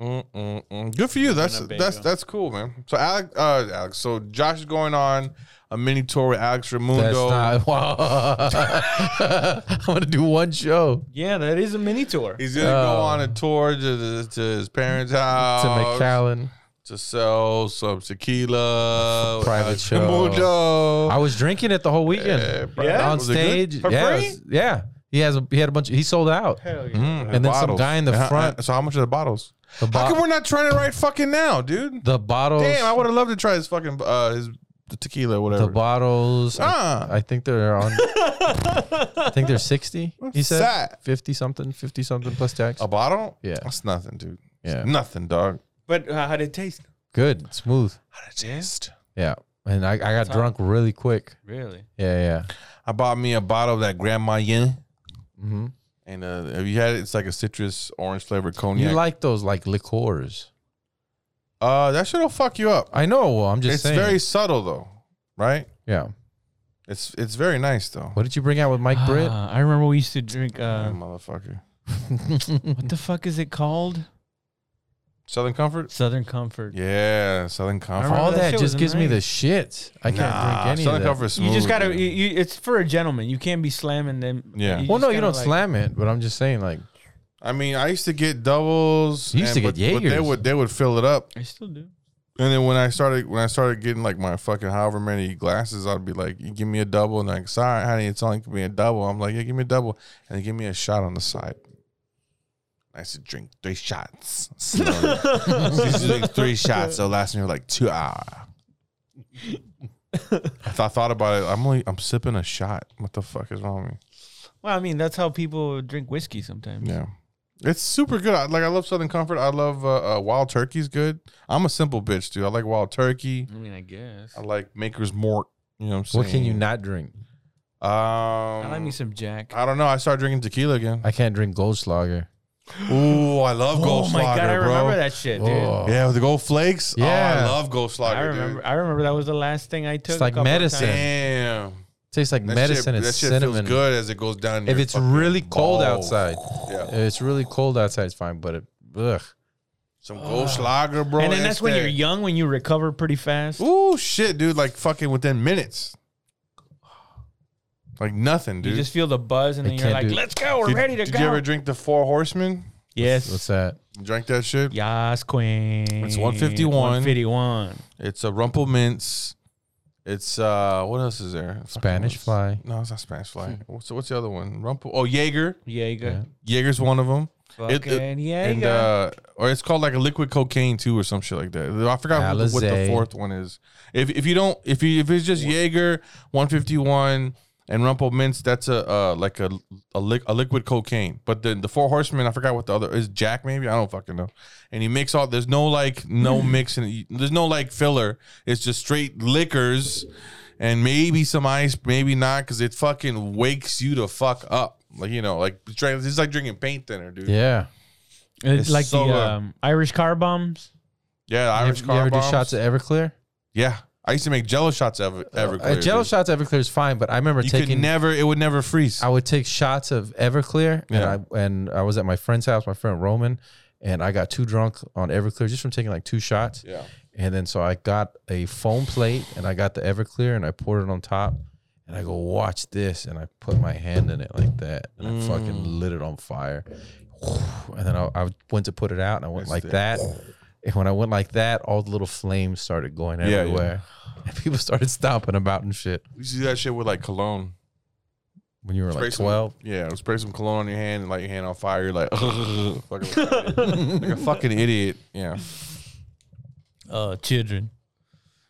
[SPEAKER 1] Mm-mm-mm. Good for you. That's
[SPEAKER 6] Winnebago.
[SPEAKER 1] that's that's cool, man. So Alex, uh, Alex. So Josh is going on a mini tour with Alex
[SPEAKER 2] That's
[SPEAKER 1] Raimundo.
[SPEAKER 2] not. Wow. I want to do one show
[SPEAKER 3] Yeah, that is a mini tour.
[SPEAKER 1] He's gonna go
[SPEAKER 2] Oh.
[SPEAKER 1] on a tour to, the, to his parents'
[SPEAKER 2] to
[SPEAKER 1] house
[SPEAKER 2] McAllen.
[SPEAKER 1] to sell some tequila. uh, with
[SPEAKER 2] Private
[SPEAKER 1] Alex
[SPEAKER 2] show.
[SPEAKER 1] Raimundo.
[SPEAKER 2] I was drinking it the whole weekend.
[SPEAKER 1] Yeah, bro.
[SPEAKER 3] Yeah?
[SPEAKER 2] on
[SPEAKER 1] Was it good?
[SPEAKER 2] stage.
[SPEAKER 3] For
[SPEAKER 2] yeah,
[SPEAKER 3] free?
[SPEAKER 2] it was- yeah. He has. A, he had a bunch. Of, he sold out.
[SPEAKER 3] Hell yeah.
[SPEAKER 1] Mm,
[SPEAKER 2] And then some
[SPEAKER 1] bottles.
[SPEAKER 2] guy in the
[SPEAKER 1] And how-
[SPEAKER 2] front-
[SPEAKER 1] and so how much are the bottles?
[SPEAKER 2] The, bo-
[SPEAKER 1] How come we're not trying it right fucking now, dude?
[SPEAKER 2] the bottles.
[SPEAKER 1] Damn, I would have loved to try his fucking uh his the tequila or whatever.
[SPEAKER 2] the bottles. I-
[SPEAKER 1] Ah.
[SPEAKER 2] I, think they're on. I think they're sixty. He said
[SPEAKER 1] Fat.
[SPEAKER 2] fifty something, fifty something plus tax.
[SPEAKER 1] A bottle?
[SPEAKER 2] Yeah.
[SPEAKER 1] That's nothing, dude.
[SPEAKER 2] Yeah.
[SPEAKER 1] Nothing, dog.
[SPEAKER 3] But uh, how did it taste?
[SPEAKER 2] Good, smooth.
[SPEAKER 1] Just
[SPEAKER 2] Yeah, and I, I got drunk really quick.
[SPEAKER 3] Really?
[SPEAKER 2] Yeah,
[SPEAKER 1] I bought me a bottle of that Grandma Yin.
[SPEAKER 2] yeah. hmm
[SPEAKER 1] And uh, have you had it? It's like a citrus orange flavored
[SPEAKER 2] You
[SPEAKER 1] cognac.
[SPEAKER 2] like those like liqueurs?
[SPEAKER 1] uh, that shit'll fuck you up.
[SPEAKER 2] I know. Well, I'm just
[SPEAKER 1] it's
[SPEAKER 2] saying.
[SPEAKER 1] very subtle though, right?
[SPEAKER 2] yeah.
[SPEAKER 1] It's it's very nice though.
[SPEAKER 2] What did you bring out with Mike
[SPEAKER 1] Ah.
[SPEAKER 2] Britt?
[SPEAKER 3] Ah, I remember we used to drink.
[SPEAKER 1] Yeah,
[SPEAKER 3] Uh,
[SPEAKER 1] motherfucker.
[SPEAKER 3] what the fuck is it called?
[SPEAKER 1] Southern Comfort.
[SPEAKER 3] Southern Comfort.
[SPEAKER 1] Yeah, Southern Comfort.
[SPEAKER 2] All
[SPEAKER 3] that
[SPEAKER 2] that,
[SPEAKER 3] shit was
[SPEAKER 2] just gives me
[SPEAKER 3] amazing.
[SPEAKER 2] the shit. I can't
[SPEAKER 1] Nah,
[SPEAKER 2] drink any
[SPEAKER 1] Southern
[SPEAKER 2] of that.
[SPEAKER 1] Comfort. is
[SPEAKER 3] You just
[SPEAKER 1] smooth,
[SPEAKER 3] gotta.
[SPEAKER 1] dude.
[SPEAKER 3] You, you, it's for a gentleman. You can't be slamming them.
[SPEAKER 1] Yeah.
[SPEAKER 2] well,
[SPEAKER 3] just
[SPEAKER 2] no, you
[SPEAKER 3] gotta,
[SPEAKER 2] don't
[SPEAKER 3] like-
[SPEAKER 2] slam it, but I'm just saying, like,
[SPEAKER 1] I mean, I used to get doubles.
[SPEAKER 2] You used to
[SPEAKER 1] and-
[SPEAKER 2] get
[SPEAKER 1] but, but they
[SPEAKER 2] Jaegers.
[SPEAKER 1] would they would fill it up,
[SPEAKER 3] I still do.
[SPEAKER 1] and then when I started when I started getting like my fucking however many glasses, I'd be like, "You give me a double," and they're like, "Sorry, honey, it's only gonna be a double." I'm like, "Yeah, give me a double," and they give me a shot on the side. I used to drink three shots. slowly. I used to drink three shots, so it lasted me like two hours. I, th- I thought about it. I'm only I'm sipping a shot. What the fuck is wrong with me?
[SPEAKER 3] Well, I mean, that's how people drink whiskey sometimes.
[SPEAKER 1] Yeah. It's super good. I, like I love Southern Comfort. I love uh, uh, Wild Turkey's good. I'm a simple bitch, dude. I like Wild Turkey.
[SPEAKER 3] I mean, I guess.
[SPEAKER 1] I like Maker's Mort. You know what I'm saying?
[SPEAKER 2] what can you not drink?
[SPEAKER 1] Um,
[SPEAKER 3] I like me some Jack.
[SPEAKER 1] I don't know. I started drinking tequila again.
[SPEAKER 2] I can't drink Goldschlager.
[SPEAKER 1] Ooh, I love
[SPEAKER 3] oh
[SPEAKER 1] Goldschlager,
[SPEAKER 3] my god, I
[SPEAKER 1] bro.
[SPEAKER 3] remember that shit, dude.
[SPEAKER 2] Oh.
[SPEAKER 1] Yeah, with the gold flakes. Yeah,
[SPEAKER 2] Yeah.
[SPEAKER 1] I love Goldschlager.
[SPEAKER 3] I remember.
[SPEAKER 1] Dude.
[SPEAKER 3] I remember that was the last thing I took. a
[SPEAKER 2] like
[SPEAKER 3] couple of
[SPEAKER 2] medicine.
[SPEAKER 3] times.
[SPEAKER 1] Damn,
[SPEAKER 2] tastes like
[SPEAKER 1] that
[SPEAKER 2] medicine.
[SPEAKER 1] Shit,
[SPEAKER 2] it's
[SPEAKER 1] that shit
[SPEAKER 2] cinnamon.
[SPEAKER 1] feels good as it goes down.
[SPEAKER 2] If
[SPEAKER 1] your
[SPEAKER 2] it's
[SPEAKER 1] fucking
[SPEAKER 2] really cold
[SPEAKER 1] balls.
[SPEAKER 2] outside,
[SPEAKER 1] yeah,
[SPEAKER 2] if it's really cold outside, it's fine. But it, ugh,
[SPEAKER 1] some Goldschlager, bro.
[SPEAKER 3] and then that's when
[SPEAKER 1] that-
[SPEAKER 3] you're young, when you recover pretty fast.
[SPEAKER 1] Ooh, shit, dude! Like fucking within minutes, like nothing, dude.
[SPEAKER 3] you just feel the buzz, and
[SPEAKER 2] I
[SPEAKER 3] then you're
[SPEAKER 2] can't
[SPEAKER 3] like,
[SPEAKER 2] do-
[SPEAKER 3] "Let's go, we're
[SPEAKER 1] did,
[SPEAKER 3] ready to
[SPEAKER 1] did
[SPEAKER 3] go."
[SPEAKER 1] you ever drink the Four Horsemen?
[SPEAKER 3] yes,
[SPEAKER 2] what's that?
[SPEAKER 1] You Drank that shit.
[SPEAKER 3] Yas Queen.
[SPEAKER 1] It's 151.
[SPEAKER 3] 151.
[SPEAKER 1] It's a Rumple Mints. It's uh, what else is there?
[SPEAKER 2] Spanish
[SPEAKER 1] Fucking-
[SPEAKER 2] fly. Hmm.
[SPEAKER 1] No, it's not Spanish fly. What's what's the other one? Rumple. Oh, Jaeger.
[SPEAKER 3] Jaeger.
[SPEAKER 1] Jaeger's one of them. It-
[SPEAKER 3] Fucking
[SPEAKER 1] it-
[SPEAKER 3] Jaeger.
[SPEAKER 1] and uh, or it's called like a liquid cocaine too, or some shit like that. I forgot what the, what the
[SPEAKER 2] Alizé.
[SPEAKER 1] fourth one is. If if you don't, if you if it's just Jaeger, one fifty one, and Rumple Mints, that's a uh, like a a, li- a liquid cocaine. But then the Four Horsemen, I forgot what the other is. Jack maybe I don't fucking know. And you mix all. There's no like no mixing. You- There's no like filler. It's just straight liquors, and maybe some ice, maybe not, because it fucking wakes you to fuck up. Like you know, like it's like drinking paint thinner, dude.
[SPEAKER 2] Yeah.
[SPEAKER 3] It's
[SPEAKER 1] it's
[SPEAKER 3] like
[SPEAKER 1] so,
[SPEAKER 3] the
[SPEAKER 1] uh,
[SPEAKER 3] um, Irish car bombs.
[SPEAKER 1] Yeah,
[SPEAKER 2] You ever-
[SPEAKER 1] Irish
[SPEAKER 2] you
[SPEAKER 1] car
[SPEAKER 2] ever
[SPEAKER 1] bombs.
[SPEAKER 2] do shots of Everclear?
[SPEAKER 1] yeah, I used to make Jello shots of Everclear.
[SPEAKER 2] Uh, Jello
[SPEAKER 1] dude.
[SPEAKER 2] shots of Everclear is fine, but I remember
[SPEAKER 1] You could
[SPEAKER 2] taking.
[SPEAKER 1] never. It would never freeze.
[SPEAKER 2] I would take shots of Everclear,
[SPEAKER 1] Yeah.
[SPEAKER 2] and I and I was at my friend's house, my friend Roman, and I got too drunk on Everclear just from taking like two shots.
[SPEAKER 1] yeah.
[SPEAKER 2] And then so I got a foam plate and I got the Everclear and I poured it on top. And I go, watch this. And I put my hand in it like that. And I fucking
[SPEAKER 1] Mm.
[SPEAKER 2] lit it on fire. And then I, I went to put it out and I went
[SPEAKER 1] That's
[SPEAKER 2] like
[SPEAKER 1] it.
[SPEAKER 2] that. And when I went like that, all the little flames started going
[SPEAKER 1] yeah.
[SPEAKER 2] everywhere. And people started stomping about and shit.
[SPEAKER 1] We used to do that shit with like cologne.
[SPEAKER 2] When you were
[SPEAKER 1] Spray
[SPEAKER 2] like
[SPEAKER 1] some-
[SPEAKER 2] 12.
[SPEAKER 1] Yeah, spray some cologne on your hand and light your hand on fire. You're like, fucking like a fucking idiot. Yeah.
[SPEAKER 3] Oh, children.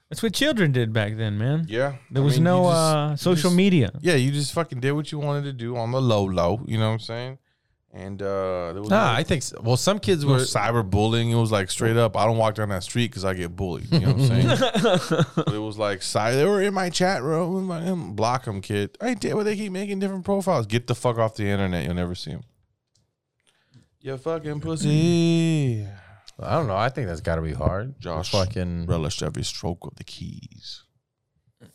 [SPEAKER 3] That's what children did back then, man.
[SPEAKER 1] Yeah.
[SPEAKER 3] There
[SPEAKER 1] I
[SPEAKER 3] was
[SPEAKER 1] mean,
[SPEAKER 3] no
[SPEAKER 1] you just-
[SPEAKER 3] uh, social
[SPEAKER 1] just-
[SPEAKER 3] media.
[SPEAKER 1] Yeah, you just fucking did what you wanted to do on the low low. You know what I'm saying? And uh, there was
[SPEAKER 2] Nah,
[SPEAKER 1] no-
[SPEAKER 2] I think, so. well, some kids
[SPEAKER 1] It
[SPEAKER 2] were.
[SPEAKER 1] was cyberbullying. It was like straight up. I don't walk down that street because I get bullied. You know what I'm saying? But it was like cy- They were in my chat room. In my, in- block them, kid. I did. Where they keep making different profiles. Get the fuck off the internet. You'll never see them. You fucking pussy.
[SPEAKER 2] I don't know. I think that's got to be hard.
[SPEAKER 7] Josh
[SPEAKER 2] fucking
[SPEAKER 7] relished every stroke of the keys.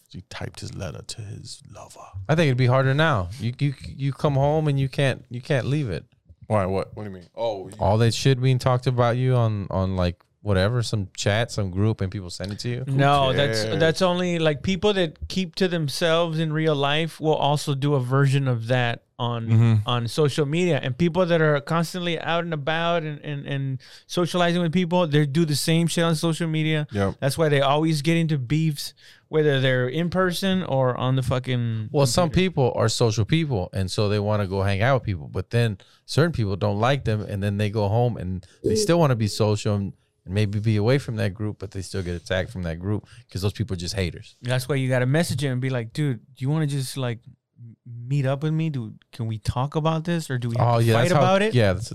[SPEAKER 7] He typed his letter to his lover.
[SPEAKER 2] I think it'd be harder now. You you you come home and you can't you can't leave it.
[SPEAKER 1] Why? What? What do you mean? Oh, you-
[SPEAKER 2] All that shit being talked about you on on like whatever some chat, some group, and people send it to you.
[SPEAKER 3] No, that's
[SPEAKER 1] cares?
[SPEAKER 3] that's only like people that keep to themselves in real life will also do a version of that on
[SPEAKER 1] Mm-hmm.
[SPEAKER 3] on social media. And people that are constantly out and about and, and, and socializing with people, they do the same shit on social media.
[SPEAKER 1] Yep.
[SPEAKER 3] That's why they always get into beefs, whether they're in person or on the fucking
[SPEAKER 2] Well, some people are social people, and so they want to go hang out with people. But then certain people don't like them, and then they go home and they still want to be social and maybe be away from that group, but they still get attacked from that group because those people are just haters.
[SPEAKER 3] That's why you gotta message him and be like, dude, do you want to just like m- meet up with me? Do can we talk about this or do we have
[SPEAKER 2] Oh
[SPEAKER 3] to
[SPEAKER 2] yeah,
[SPEAKER 3] fight
[SPEAKER 2] that's how-
[SPEAKER 3] about it?
[SPEAKER 2] Yeah, that's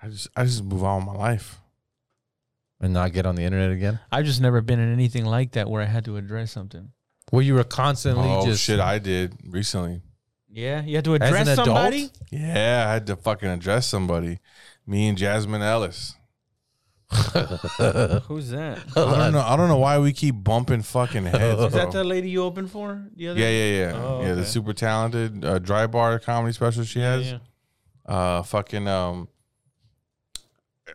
[SPEAKER 1] I just I just move on with my life.
[SPEAKER 2] and not get on the internet again.
[SPEAKER 3] I've just never been in anything like that where I had to address something.
[SPEAKER 2] Well, you were constantly
[SPEAKER 1] Oh
[SPEAKER 2] just
[SPEAKER 1] shit! I did recently.
[SPEAKER 3] Yeah, you had to
[SPEAKER 2] as an
[SPEAKER 3] address
[SPEAKER 2] adult.
[SPEAKER 3] somebody.
[SPEAKER 1] Yeah, I had to fucking address somebody. Me and Jasmine Ellis.
[SPEAKER 3] Who's that?
[SPEAKER 1] I don't know. I don't know why we keep bumping fucking heads.
[SPEAKER 3] Is that
[SPEAKER 1] bro.
[SPEAKER 3] the lady you opened for? The other
[SPEAKER 1] yeah, yeah, yeah,
[SPEAKER 3] Oh,
[SPEAKER 1] yeah. The
[SPEAKER 3] okay.
[SPEAKER 1] super talented uh, dry bar comedy special she has.
[SPEAKER 3] Yeah.
[SPEAKER 1] uh fucking um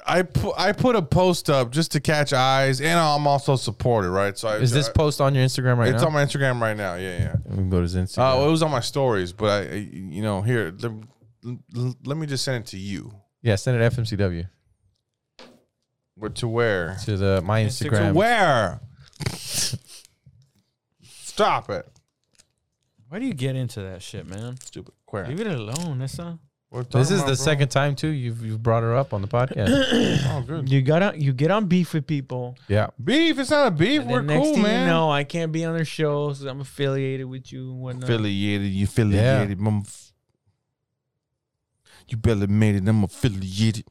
[SPEAKER 1] I put I put a post up just to catch eyes, and I'm also supported, right? So I,
[SPEAKER 2] Is this
[SPEAKER 1] I-
[SPEAKER 2] post on your Instagram right
[SPEAKER 1] it's
[SPEAKER 2] now?
[SPEAKER 1] on my Instagram right now? Yeah, yeah.
[SPEAKER 2] we can go to his Instagram.
[SPEAKER 1] Uh, well, it was on my stories, but I, I- you know, here let, l- let me just send it to you.
[SPEAKER 2] yeah, send it FMCW
[SPEAKER 1] Where to where?
[SPEAKER 2] to the my
[SPEAKER 3] Instagram.
[SPEAKER 2] Instagram.
[SPEAKER 1] To where? Stop it!
[SPEAKER 3] Why do you get into that shit, man?
[SPEAKER 1] Stupid. Where?
[SPEAKER 3] Leave it alone. That's not.
[SPEAKER 1] We're talking
[SPEAKER 2] This is
[SPEAKER 1] about,
[SPEAKER 2] the
[SPEAKER 1] bro.
[SPEAKER 2] second time too you've you've brought her up on the podcast.
[SPEAKER 1] Oh, good.
[SPEAKER 3] You gotta. You get on beef with people.
[SPEAKER 2] yeah,
[SPEAKER 1] Beef. It's not a beef.
[SPEAKER 3] and
[SPEAKER 1] We're
[SPEAKER 3] then next
[SPEAKER 1] cool,
[SPEAKER 3] thing
[SPEAKER 1] man.
[SPEAKER 3] you know, I can't be on their shows. I'm affiliated with you and whatnot.
[SPEAKER 1] affiliated. You affiliated. I'm f- you barely made it. I'm affiliated.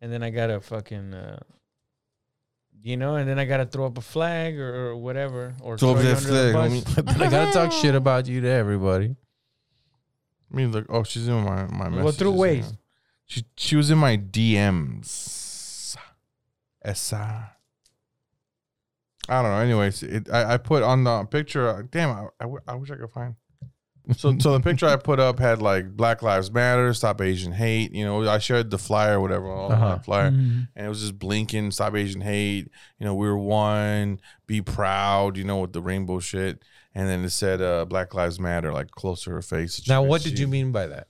[SPEAKER 3] and then I gotta fucking. Uh, you know, and then I gotta throw up a flag or, or whatever, or
[SPEAKER 1] Throw
[SPEAKER 3] throw,
[SPEAKER 1] up that
[SPEAKER 3] you under
[SPEAKER 1] flag,
[SPEAKER 3] the
[SPEAKER 2] But
[SPEAKER 3] bus.
[SPEAKER 2] then I gotta talk shit about you to everybody.
[SPEAKER 1] I mean, look. Oh, she's in my my messages.
[SPEAKER 3] Well, through ways.
[SPEAKER 1] yeah. She she was in my DMs. Essa. I don't know. Anyways, it, I, I put on the picture. uh, Damn, I, I, w- I wish I could find. So, so the picture I put up had like Black Lives Matter, Stop Asian Hate. You know, I shared the flyer, or whatever, on
[SPEAKER 2] Uh-huh.
[SPEAKER 1] that flyer.
[SPEAKER 3] Mm-hmm.
[SPEAKER 1] and it was just blinking stop asian hate you know we're one be proud you know with the rainbow shit and then it said uh black lives matter like close to her face
[SPEAKER 2] Now, what did
[SPEAKER 1] She-
[SPEAKER 2] you mean by that?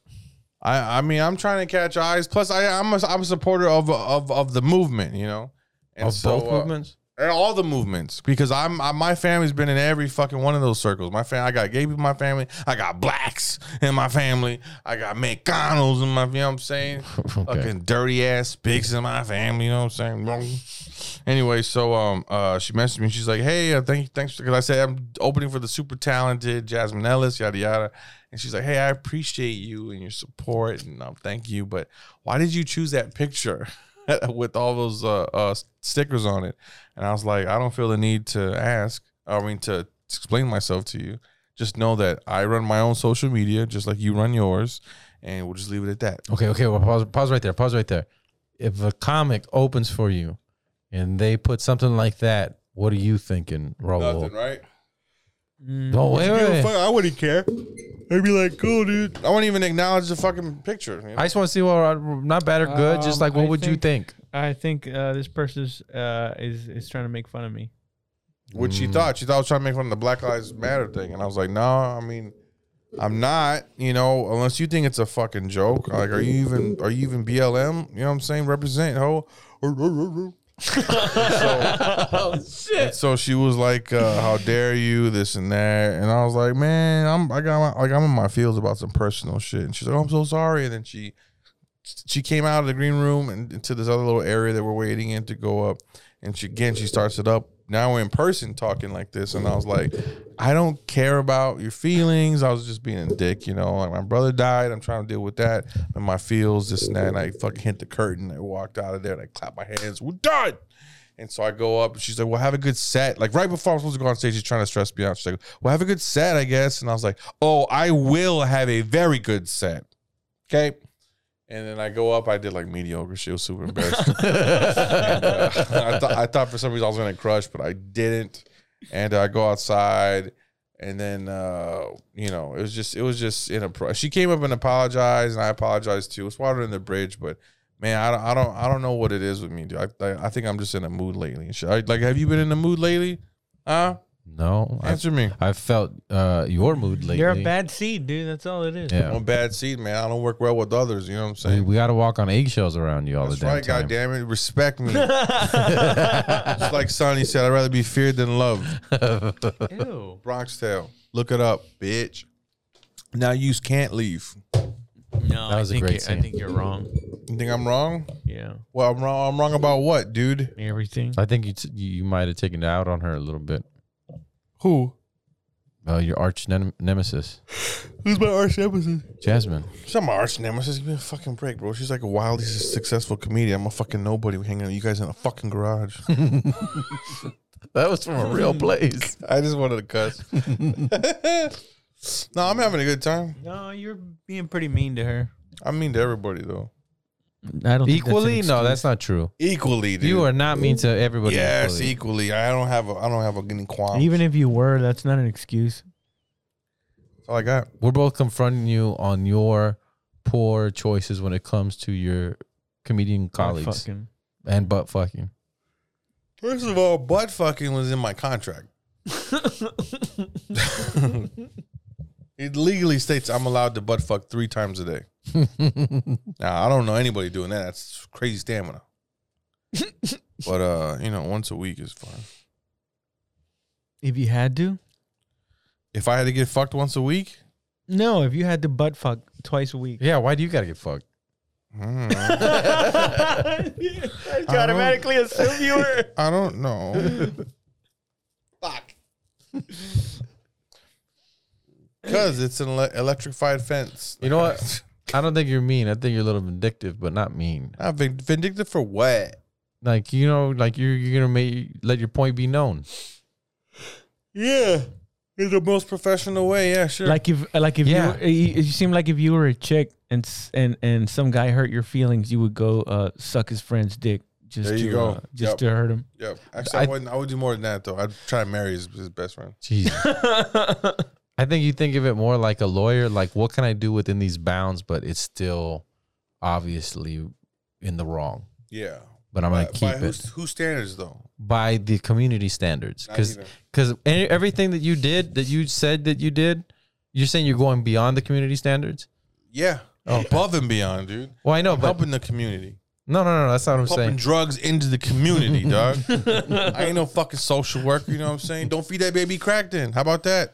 [SPEAKER 1] i i mean i'm trying to catch eyes plus i i'm a, I'm a supporter of of of the movement you know and
[SPEAKER 2] Of
[SPEAKER 1] so,
[SPEAKER 2] both
[SPEAKER 1] uh,
[SPEAKER 2] movements?
[SPEAKER 1] and all the movements because I'm I, my family's been in every fucking one of those circles. My family, I got gay people in my family, I got blacks in my family, I got McDonald's in my, you know what I'm saying? Fucking dirty ass spics in my family, you know what I'm saying? anyway, so um uh she messaged me, she's like, hey, uh, thank thanks because I said I'm opening for the super talented Jasmine Ellis, yada yada, and she's like, hey, I appreciate you and your support and um, thank you, but why did you choose that picture? with all those uh, uh, stickers on it, and I was like, I don't feel the need to ask. I mean, to explain myself to you. Just know that I run my own social media, just like you run yours, and we'll just leave it at that.
[SPEAKER 2] Okay, okay. Well, pause, pause right there. Pause right there. If a comic opens for you, and they put something like that, what are you thinking, Raul?
[SPEAKER 1] right?
[SPEAKER 3] Mm.
[SPEAKER 2] Don't wait, wait, wait.
[SPEAKER 1] I wouldn't care. I'd be like, cool, dude. I wouldn't even acknowledge the fucking picture. you know?
[SPEAKER 2] I just want to see what not bad or good. just
[SPEAKER 3] Um,
[SPEAKER 2] like, what
[SPEAKER 3] I
[SPEAKER 2] would you think?
[SPEAKER 3] I think uh, this person uh, is is trying to make fun of me.
[SPEAKER 1] What she thought. She thought I was trying to make fun of the Black Lives Matter thing. And I was like, no, I mean, I'm not, you know, unless you think it's a fucking joke. Like, are you even are you even BLM? You know what I'm saying? Represent ho. so, and so she was like, uh, how dare you, this and that. And I was like, man, I'm I got my, like I'm in my feels about some personal shit. And she's like, oh, I'm so sorry. And then she she came out of the green room and into this other little area that we're waiting in to go up. And she again, she starts it up. Now we're in person talking like this, and I was like, I don't care about your feelings. I was just being a dick, you know. Like my brother died. I'm trying to deal with that and my feels, this and that. And I fucking hit the curtain. I walked out of there and I clapped my hands. We're done. And so I go up and she's like, Well, have a good set. Like right before I'm supposed to go on stage, she's trying to stress me out. She's like, Well, have a good set, I guess. And I was like, Oh, I will have a very good set. Okay. And then I go up. I did like mediocre shit. It was super embarrassing. And, uh, I, thought I thought for some reason I was gonna crush, but I didn't. And I go outside, and then uh, you know it was just it was just in a. She came up and apologized, and I apologized too. It's water in the bridge, but man, I don't I don't I don't know what it is with me, dude. I I, I think I'm just in a mood lately. and shit. I- Like, have you been in the mood lately? Huh?
[SPEAKER 2] No, I,
[SPEAKER 1] Answer me.
[SPEAKER 2] I felt uh, your mood lately.
[SPEAKER 3] You're a bad seed, dude. That's all it is.
[SPEAKER 1] I'm
[SPEAKER 2] Yeah,
[SPEAKER 1] a bad seed, man. I don't work well with others. You know what I'm saying?
[SPEAKER 2] we, got to walk on eggshells around you all
[SPEAKER 1] That's
[SPEAKER 2] the damn
[SPEAKER 1] right,
[SPEAKER 2] time.
[SPEAKER 1] God damn it. Respect me. Just like Sonny said, I'd rather be feared than loved.
[SPEAKER 3] Ew.
[SPEAKER 1] Bronx Tale. Look it up, bitch. Now you can't leave.
[SPEAKER 3] No,
[SPEAKER 2] That was a
[SPEAKER 3] I think
[SPEAKER 2] great
[SPEAKER 3] you- I
[SPEAKER 2] scene.
[SPEAKER 3] think you're wrong.
[SPEAKER 1] You think I'm wrong?
[SPEAKER 3] Yeah,
[SPEAKER 1] Well, I'm wrong. I'm wrong about what, dude?
[SPEAKER 3] everything.
[SPEAKER 2] I think you t- you you might have taken it out on her a little bit.
[SPEAKER 1] Who?
[SPEAKER 2] Uh, your arch nem- nemesis,
[SPEAKER 1] Who's my arch nemesis?
[SPEAKER 2] Jasmine.
[SPEAKER 1] She's not my arch nemesis. Give me a fucking break, bro. She's like a wildly successful comedian. I'm a fucking nobody hanging out with you guys in a fucking garage.
[SPEAKER 2] That was from a real place.
[SPEAKER 1] I just wanted to cuss. no, I'm having a good time.
[SPEAKER 3] No, you're being pretty mean to her.
[SPEAKER 1] I'm mean to everybody though.
[SPEAKER 3] I don't
[SPEAKER 2] Equally, no, that's not true.
[SPEAKER 1] Equally, dude.
[SPEAKER 2] You are not mean to everybody.
[SPEAKER 1] yes,
[SPEAKER 2] equally.
[SPEAKER 1] equally. I don't have a, I don't have a, any qualms.
[SPEAKER 3] even if you were, that's not an excuse.
[SPEAKER 1] That's all I got.
[SPEAKER 2] we're both confronting you on your poor choices when it comes to your comedian colleagues
[SPEAKER 3] Fucking.
[SPEAKER 2] and butt fucking.
[SPEAKER 1] First of all, butt fucking was in my contract. it legally states I'm allowed to butt fuck three times a day. now I don't know anybody doing that. That's crazy stamina. but uh, you know, once a week is fine.
[SPEAKER 3] If you had to,
[SPEAKER 1] If I had to get fucked once a week,
[SPEAKER 3] no. If you had to butt fuck twice a week,
[SPEAKER 2] Yeah, why do you gotta get fucked?
[SPEAKER 1] hmm,
[SPEAKER 3] I automatically assume you were.
[SPEAKER 1] I don't know. Fuck. Because it's an ele- electrified fence.
[SPEAKER 2] You know what? I don't think you're mean. I think you're a little vindictive, but not mean.
[SPEAKER 1] I've been vindictive for what?
[SPEAKER 2] Like you know, like you're you're gonna make let your point be known.
[SPEAKER 1] Yeah. In the most professional way, yeah, sure.
[SPEAKER 3] Like if, like if
[SPEAKER 2] Yeah.
[SPEAKER 3] you, you, you seem like if you were a chick and s- and and some guy hurt your feelings, you would go uh, suck his friend's dick just
[SPEAKER 1] There
[SPEAKER 3] to
[SPEAKER 1] you go.
[SPEAKER 3] Uh, just
[SPEAKER 1] Yep.
[SPEAKER 3] to hurt him.
[SPEAKER 1] yeah. Actually, I,
[SPEAKER 2] I-
[SPEAKER 1] wouldn't. I would do more than that, though. I'd try to marry his, his best friend.
[SPEAKER 2] Jesus. I think you think of it more like a lawyer. Like, what can I do within these bounds? But it's still obviously in the wrong.
[SPEAKER 1] Yeah.
[SPEAKER 2] But I'm gonna keep
[SPEAKER 1] by
[SPEAKER 2] it
[SPEAKER 1] whose, whose standards, though?
[SPEAKER 2] by the community standards,
[SPEAKER 1] Not
[SPEAKER 2] because
[SPEAKER 1] even.
[SPEAKER 2] because everything that you did that you said that you did, you're saying you're going beyond the community standards.
[SPEAKER 1] Yeah. Above and beyond, dude.
[SPEAKER 2] Well, I know, Oh. but
[SPEAKER 1] Helping the community.
[SPEAKER 2] no, no, no, that's not what I'm
[SPEAKER 1] Pumping
[SPEAKER 2] saying.
[SPEAKER 1] drugs into the community, dog. I ain't no fucking social worker, you know what I'm saying? Don't feed that baby crack then. How about that?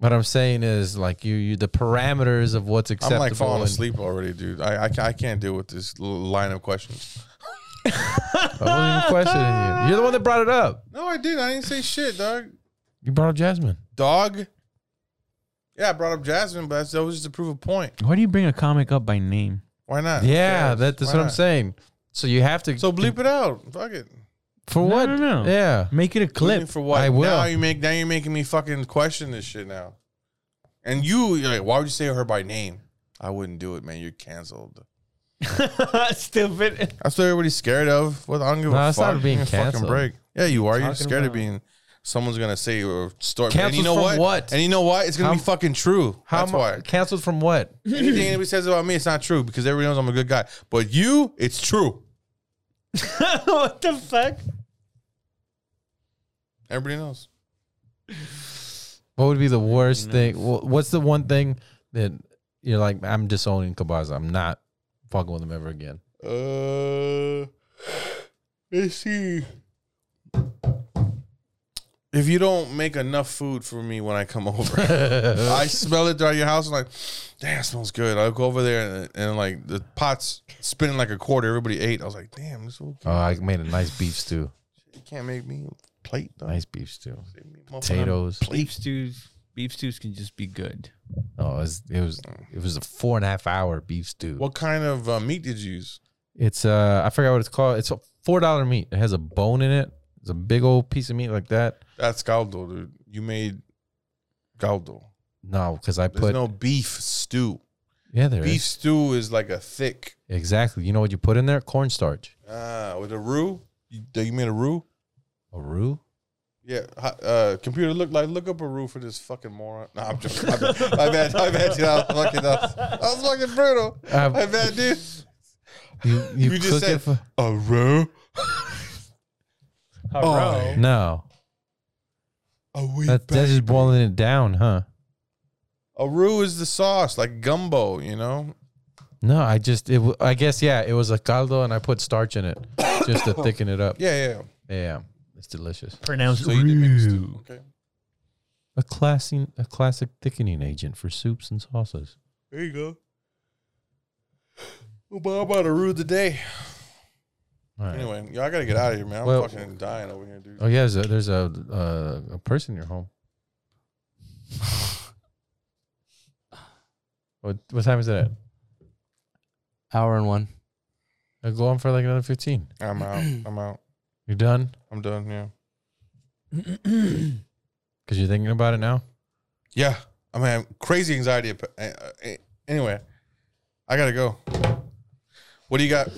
[SPEAKER 2] What I'm saying is like you, you the parameters of what's acceptable.
[SPEAKER 1] I'm like falling
[SPEAKER 2] and-
[SPEAKER 1] asleep already, dude. I, I, ca- I can't deal with this l- line of questions.
[SPEAKER 2] I wasn't even questioning you. You're the one that brought it up.
[SPEAKER 1] No, I didn't. I didn't say shit, dog.
[SPEAKER 2] You brought up Jasmine.
[SPEAKER 1] Dog. Yeah, I brought up Jasmine, but that's, that was just to prove a point.
[SPEAKER 3] Why do you bring a comic up by name?
[SPEAKER 1] Why not?
[SPEAKER 2] Yeah,
[SPEAKER 1] Yes,
[SPEAKER 2] that, that's
[SPEAKER 1] why
[SPEAKER 2] what I'm
[SPEAKER 1] not?
[SPEAKER 2] saying. So you have to
[SPEAKER 1] So bleep it out. Fuck it.
[SPEAKER 2] for what?
[SPEAKER 3] no, no.
[SPEAKER 2] Yeah.
[SPEAKER 3] Make it a
[SPEAKER 1] Bleep
[SPEAKER 3] clip.
[SPEAKER 1] for what?
[SPEAKER 2] I will.
[SPEAKER 1] Now you make now you're making me fucking question this shit now. And you you're like, why would you say her by name? I wouldn't do it, man. You're canceled.
[SPEAKER 3] Stupid.
[SPEAKER 1] That's what everybody's scared of. What I don't give
[SPEAKER 2] No,
[SPEAKER 1] a
[SPEAKER 2] it's
[SPEAKER 1] fuck.
[SPEAKER 2] not being
[SPEAKER 1] Give me a
[SPEAKER 2] canceled.
[SPEAKER 1] break. Yeah, you are. You're
[SPEAKER 3] Talking
[SPEAKER 1] scared of
[SPEAKER 3] about-
[SPEAKER 1] being. Someone's gonna say or start. And
[SPEAKER 2] Canceled
[SPEAKER 1] you know
[SPEAKER 2] from
[SPEAKER 1] what?
[SPEAKER 2] what?
[SPEAKER 1] And you know what? It's gonna be
[SPEAKER 2] How-
[SPEAKER 1] fucking true.
[SPEAKER 2] How
[SPEAKER 1] That's
[SPEAKER 2] mu-
[SPEAKER 1] why.
[SPEAKER 2] canceled from what?
[SPEAKER 1] Anything anybody says about me, it's not true because everyone knows I'm a good guy. But you, it's true.
[SPEAKER 3] what the fuck?
[SPEAKER 1] Everybody knows.
[SPEAKER 2] What would be the
[SPEAKER 3] Mm.
[SPEAKER 2] worst thing? wh- What's the one thing that you're like? I'm disowning Kabaza. I'm not fucking with him ever again.
[SPEAKER 1] Uh, let's see. If you don't make enough food for me when I come over, I smell it throughout your house. I'm like, damn, it smells good. I'll go over there and, and like the pot's spinning like a quarter. Everybody ate. I was like, damn, this fool
[SPEAKER 2] Oh, I made a nice beef stew.
[SPEAKER 1] can't make me a plate. Though.
[SPEAKER 2] Nice beef stew.
[SPEAKER 1] Give me a motherfucking
[SPEAKER 2] Potatoes.
[SPEAKER 1] plate.
[SPEAKER 3] stews. Beef stews can just be good.
[SPEAKER 2] Oh, it was it was, it was a four and a half hour beef stew.
[SPEAKER 1] What kind of uh, meat did you use?
[SPEAKER 2] It's uh, I forgot what it's called. It's a four dollar meat. It has a bone in it. It's a big old piece of meat like that.
[SPEAKER 1] That's caldo, dude. You made caldo.
[SPEAKER 2] No, because I
[SPEAKER 1] There's
[SPEAKER 2] put
[SPEAKER 1] no beef stew.
[SPEAKER 2] Yeah, there is
[SPEAKER 1] Beef stew is like a thick.
[SPEAKER 2] Exactly. You know what you put in there? Cornstarch.
[SPEAKER 1] Ah, with a roux. You, you mean a roux?
[SPEAKER 2] A roux?
[SPEAKER 1] Yeah, hi- uh, computer, look like look up a roux for this fucking moron. Nah, I'm just, my bad, my bad, my bad dude. I was fucking, I was, I was fucking brutal.
[SPEAKER 2] Um,
[SPEAKER 1] My bad, dude.
[SPEAKER 2] You,
[SPEAKER 1] You
[SPEAKER 2] you, cook
[SPEAKER 1] just
[SPEAKER 2] it
[SPEAKER 1] said
[SPEAKER 2] for,
[SPEAKER 1] a roux,
[SPEAKER 3] Hello.
[SPEAKER 2] No.
[SPEAKER 1] a wheat
[SPEAKER 2] That, that's just boiling it down, huh?
[SPEAKER 1] A roux is the sauce, like gumbo. You know,
[SPEAKER 2] No, I just it. wa- I guess yeah, it was a caldo, and I put starch in it just to thicken it up.
[SPEAKER 1] yeah, yeah.
[SPEAKER 2] Yeah, it's delicious.
[SPEAKER 3] Pronounced
[SPEAKER 1] So you did make a stew,
[SPEAKER 3] Roo.
[SPEAKER 1] okay?
[SPEAKER 2] A classing, a classic thickening agent for soups and sauces.
[SPEAKER 1] There you go. Well, Bob, I'm about to roux today.
[SPEAKER 2] All right.
[SPEAKER 1] Anyway, yo, I gotta get out of here, man. I'm
[SPEAKER 2] Well-
[SPEAKER 1] fucking dying over here, dude.
[SPEAKER 2] Oh yeah, there's a there's a, uh, a person in your home. what what time is it? At?
[SPEAKER 4] Hour and one.
[SPEAKER 2] Uh, Go on for like another fifteen.
[SPEAKER 1] I'm out. I'm out.
[SPEAKER 2] You're done
[SPEAKER 1] I'm done. Yeah.
[SPEAKER 2] because you're thinking about it now.
[SPEAKER 1] Yeah. I mean, I'm- crazy anxiety. uh, uh, uh, Anyway, I gotta go. What do you got?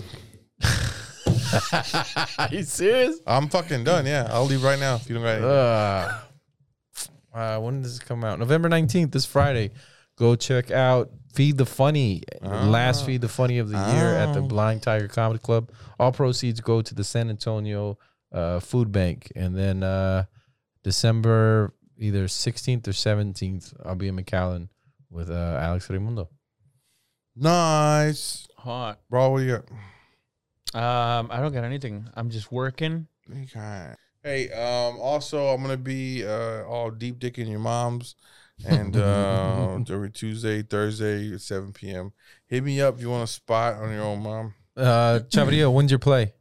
[SPEAKER 2] Are you serious?
[SPEAKER 1] I'm fucking done. Yeah, I'll leave right now if you don't got anything.
[SPEAKER 2] Uh, uh, when does this come out? November 19th, this Friday. Go check out Feed the Funny, last Feed the Funny of the year at the Blind Tiger Comedy Club. All proceeds go to the San Antonio uh, Food Bank. And then uh, December either 16th or 17th, I'll be in McAllen with uh, Alex Raimundo.
[SPEAKER 1] Nice,
[SPEAKER 3] Hot.
[SPEAKER 1] bro. What do you got?
[SPEAKER 3] Um, I don't got anything. I'm just working.
[SPEAKER 1] Okay. Hey, um, also I'm gonna be uh, all deep dick in your mom's, and uh, every Tuesday, Thursday at 7 p.m. Hit me up if you want a spot on your own mom.
[SPEAKER 2] Uh, Chavarillo, when's your play?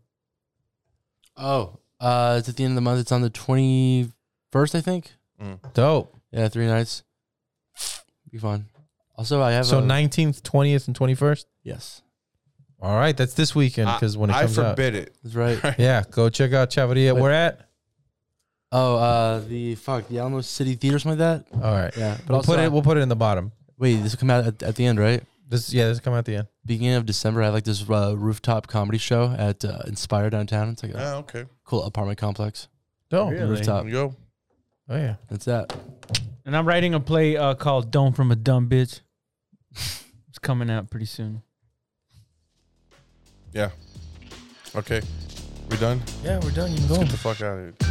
[SPEAKER 4] Oh, uh, it's at the end of the month. It's on the 21st, I think.
[SPEAKER 2] Dope.
[SPEAKER 4] Yeah, three nights. Be fun. Also, I have
[SPEAKER 2] So
[SPEAKER 4] a,
[SPEAKER 2] 19th, 20th, and 21st?
[SPEAKER 4] Yes,
[SPEAKER 2] All right, that's this weekend because when it
[SPEAKER 1] I
[SPEAKER 2] comes out.
[SPEAKER 1] forbid it.
[SPEAKER 4] that's right.
[SPEAKER 2] Yeah, go check out Chavaria.
[SPEAKER 4] Wait.
[SPEAKER 2] We're at.
[SPEAKER 4] oh, uh, the fuck, the Alamo City Theater, or something like that.
[SPEAKER 2] All right.
[SPEAKER 4] Yeah, but
[SPEAKER 2] We'll
[SPEAKER 4] also,
[SPEAKER 2] put it. We'll put it in the bottom.
[SPEAKER 4] wait, this will come out at, at the end, right?
[SPEAKER 2] This yeah, this will come out at the end.
[SPEAKER 4] Beginning of December, I have like this uh, rooftop comedy show at uh, Inspire downtown. It's like a
[SPEAKER 1] Ah, okay.
[SPEAKER 4] cool apartment complex.
[SPEAKER 2] Oh,
[SPEAKER 3] Really?
[SPEAKER 4] Rooftop.
[SPEAKER 1] There you go.
[SPEAKER 2] oh yeah.
[SPEAKER 4] That's that.
[SPEAKER 3] And I'm writing a play uh, called Dome from a Dumb Bitch. it's coming out pretty soon.
[SPEAKER 1] Yeah. Okay. We done?
[SPEAKER 2] Yeah, we're done. You can go.
[SPEAKER 1] Get the fuck out of here.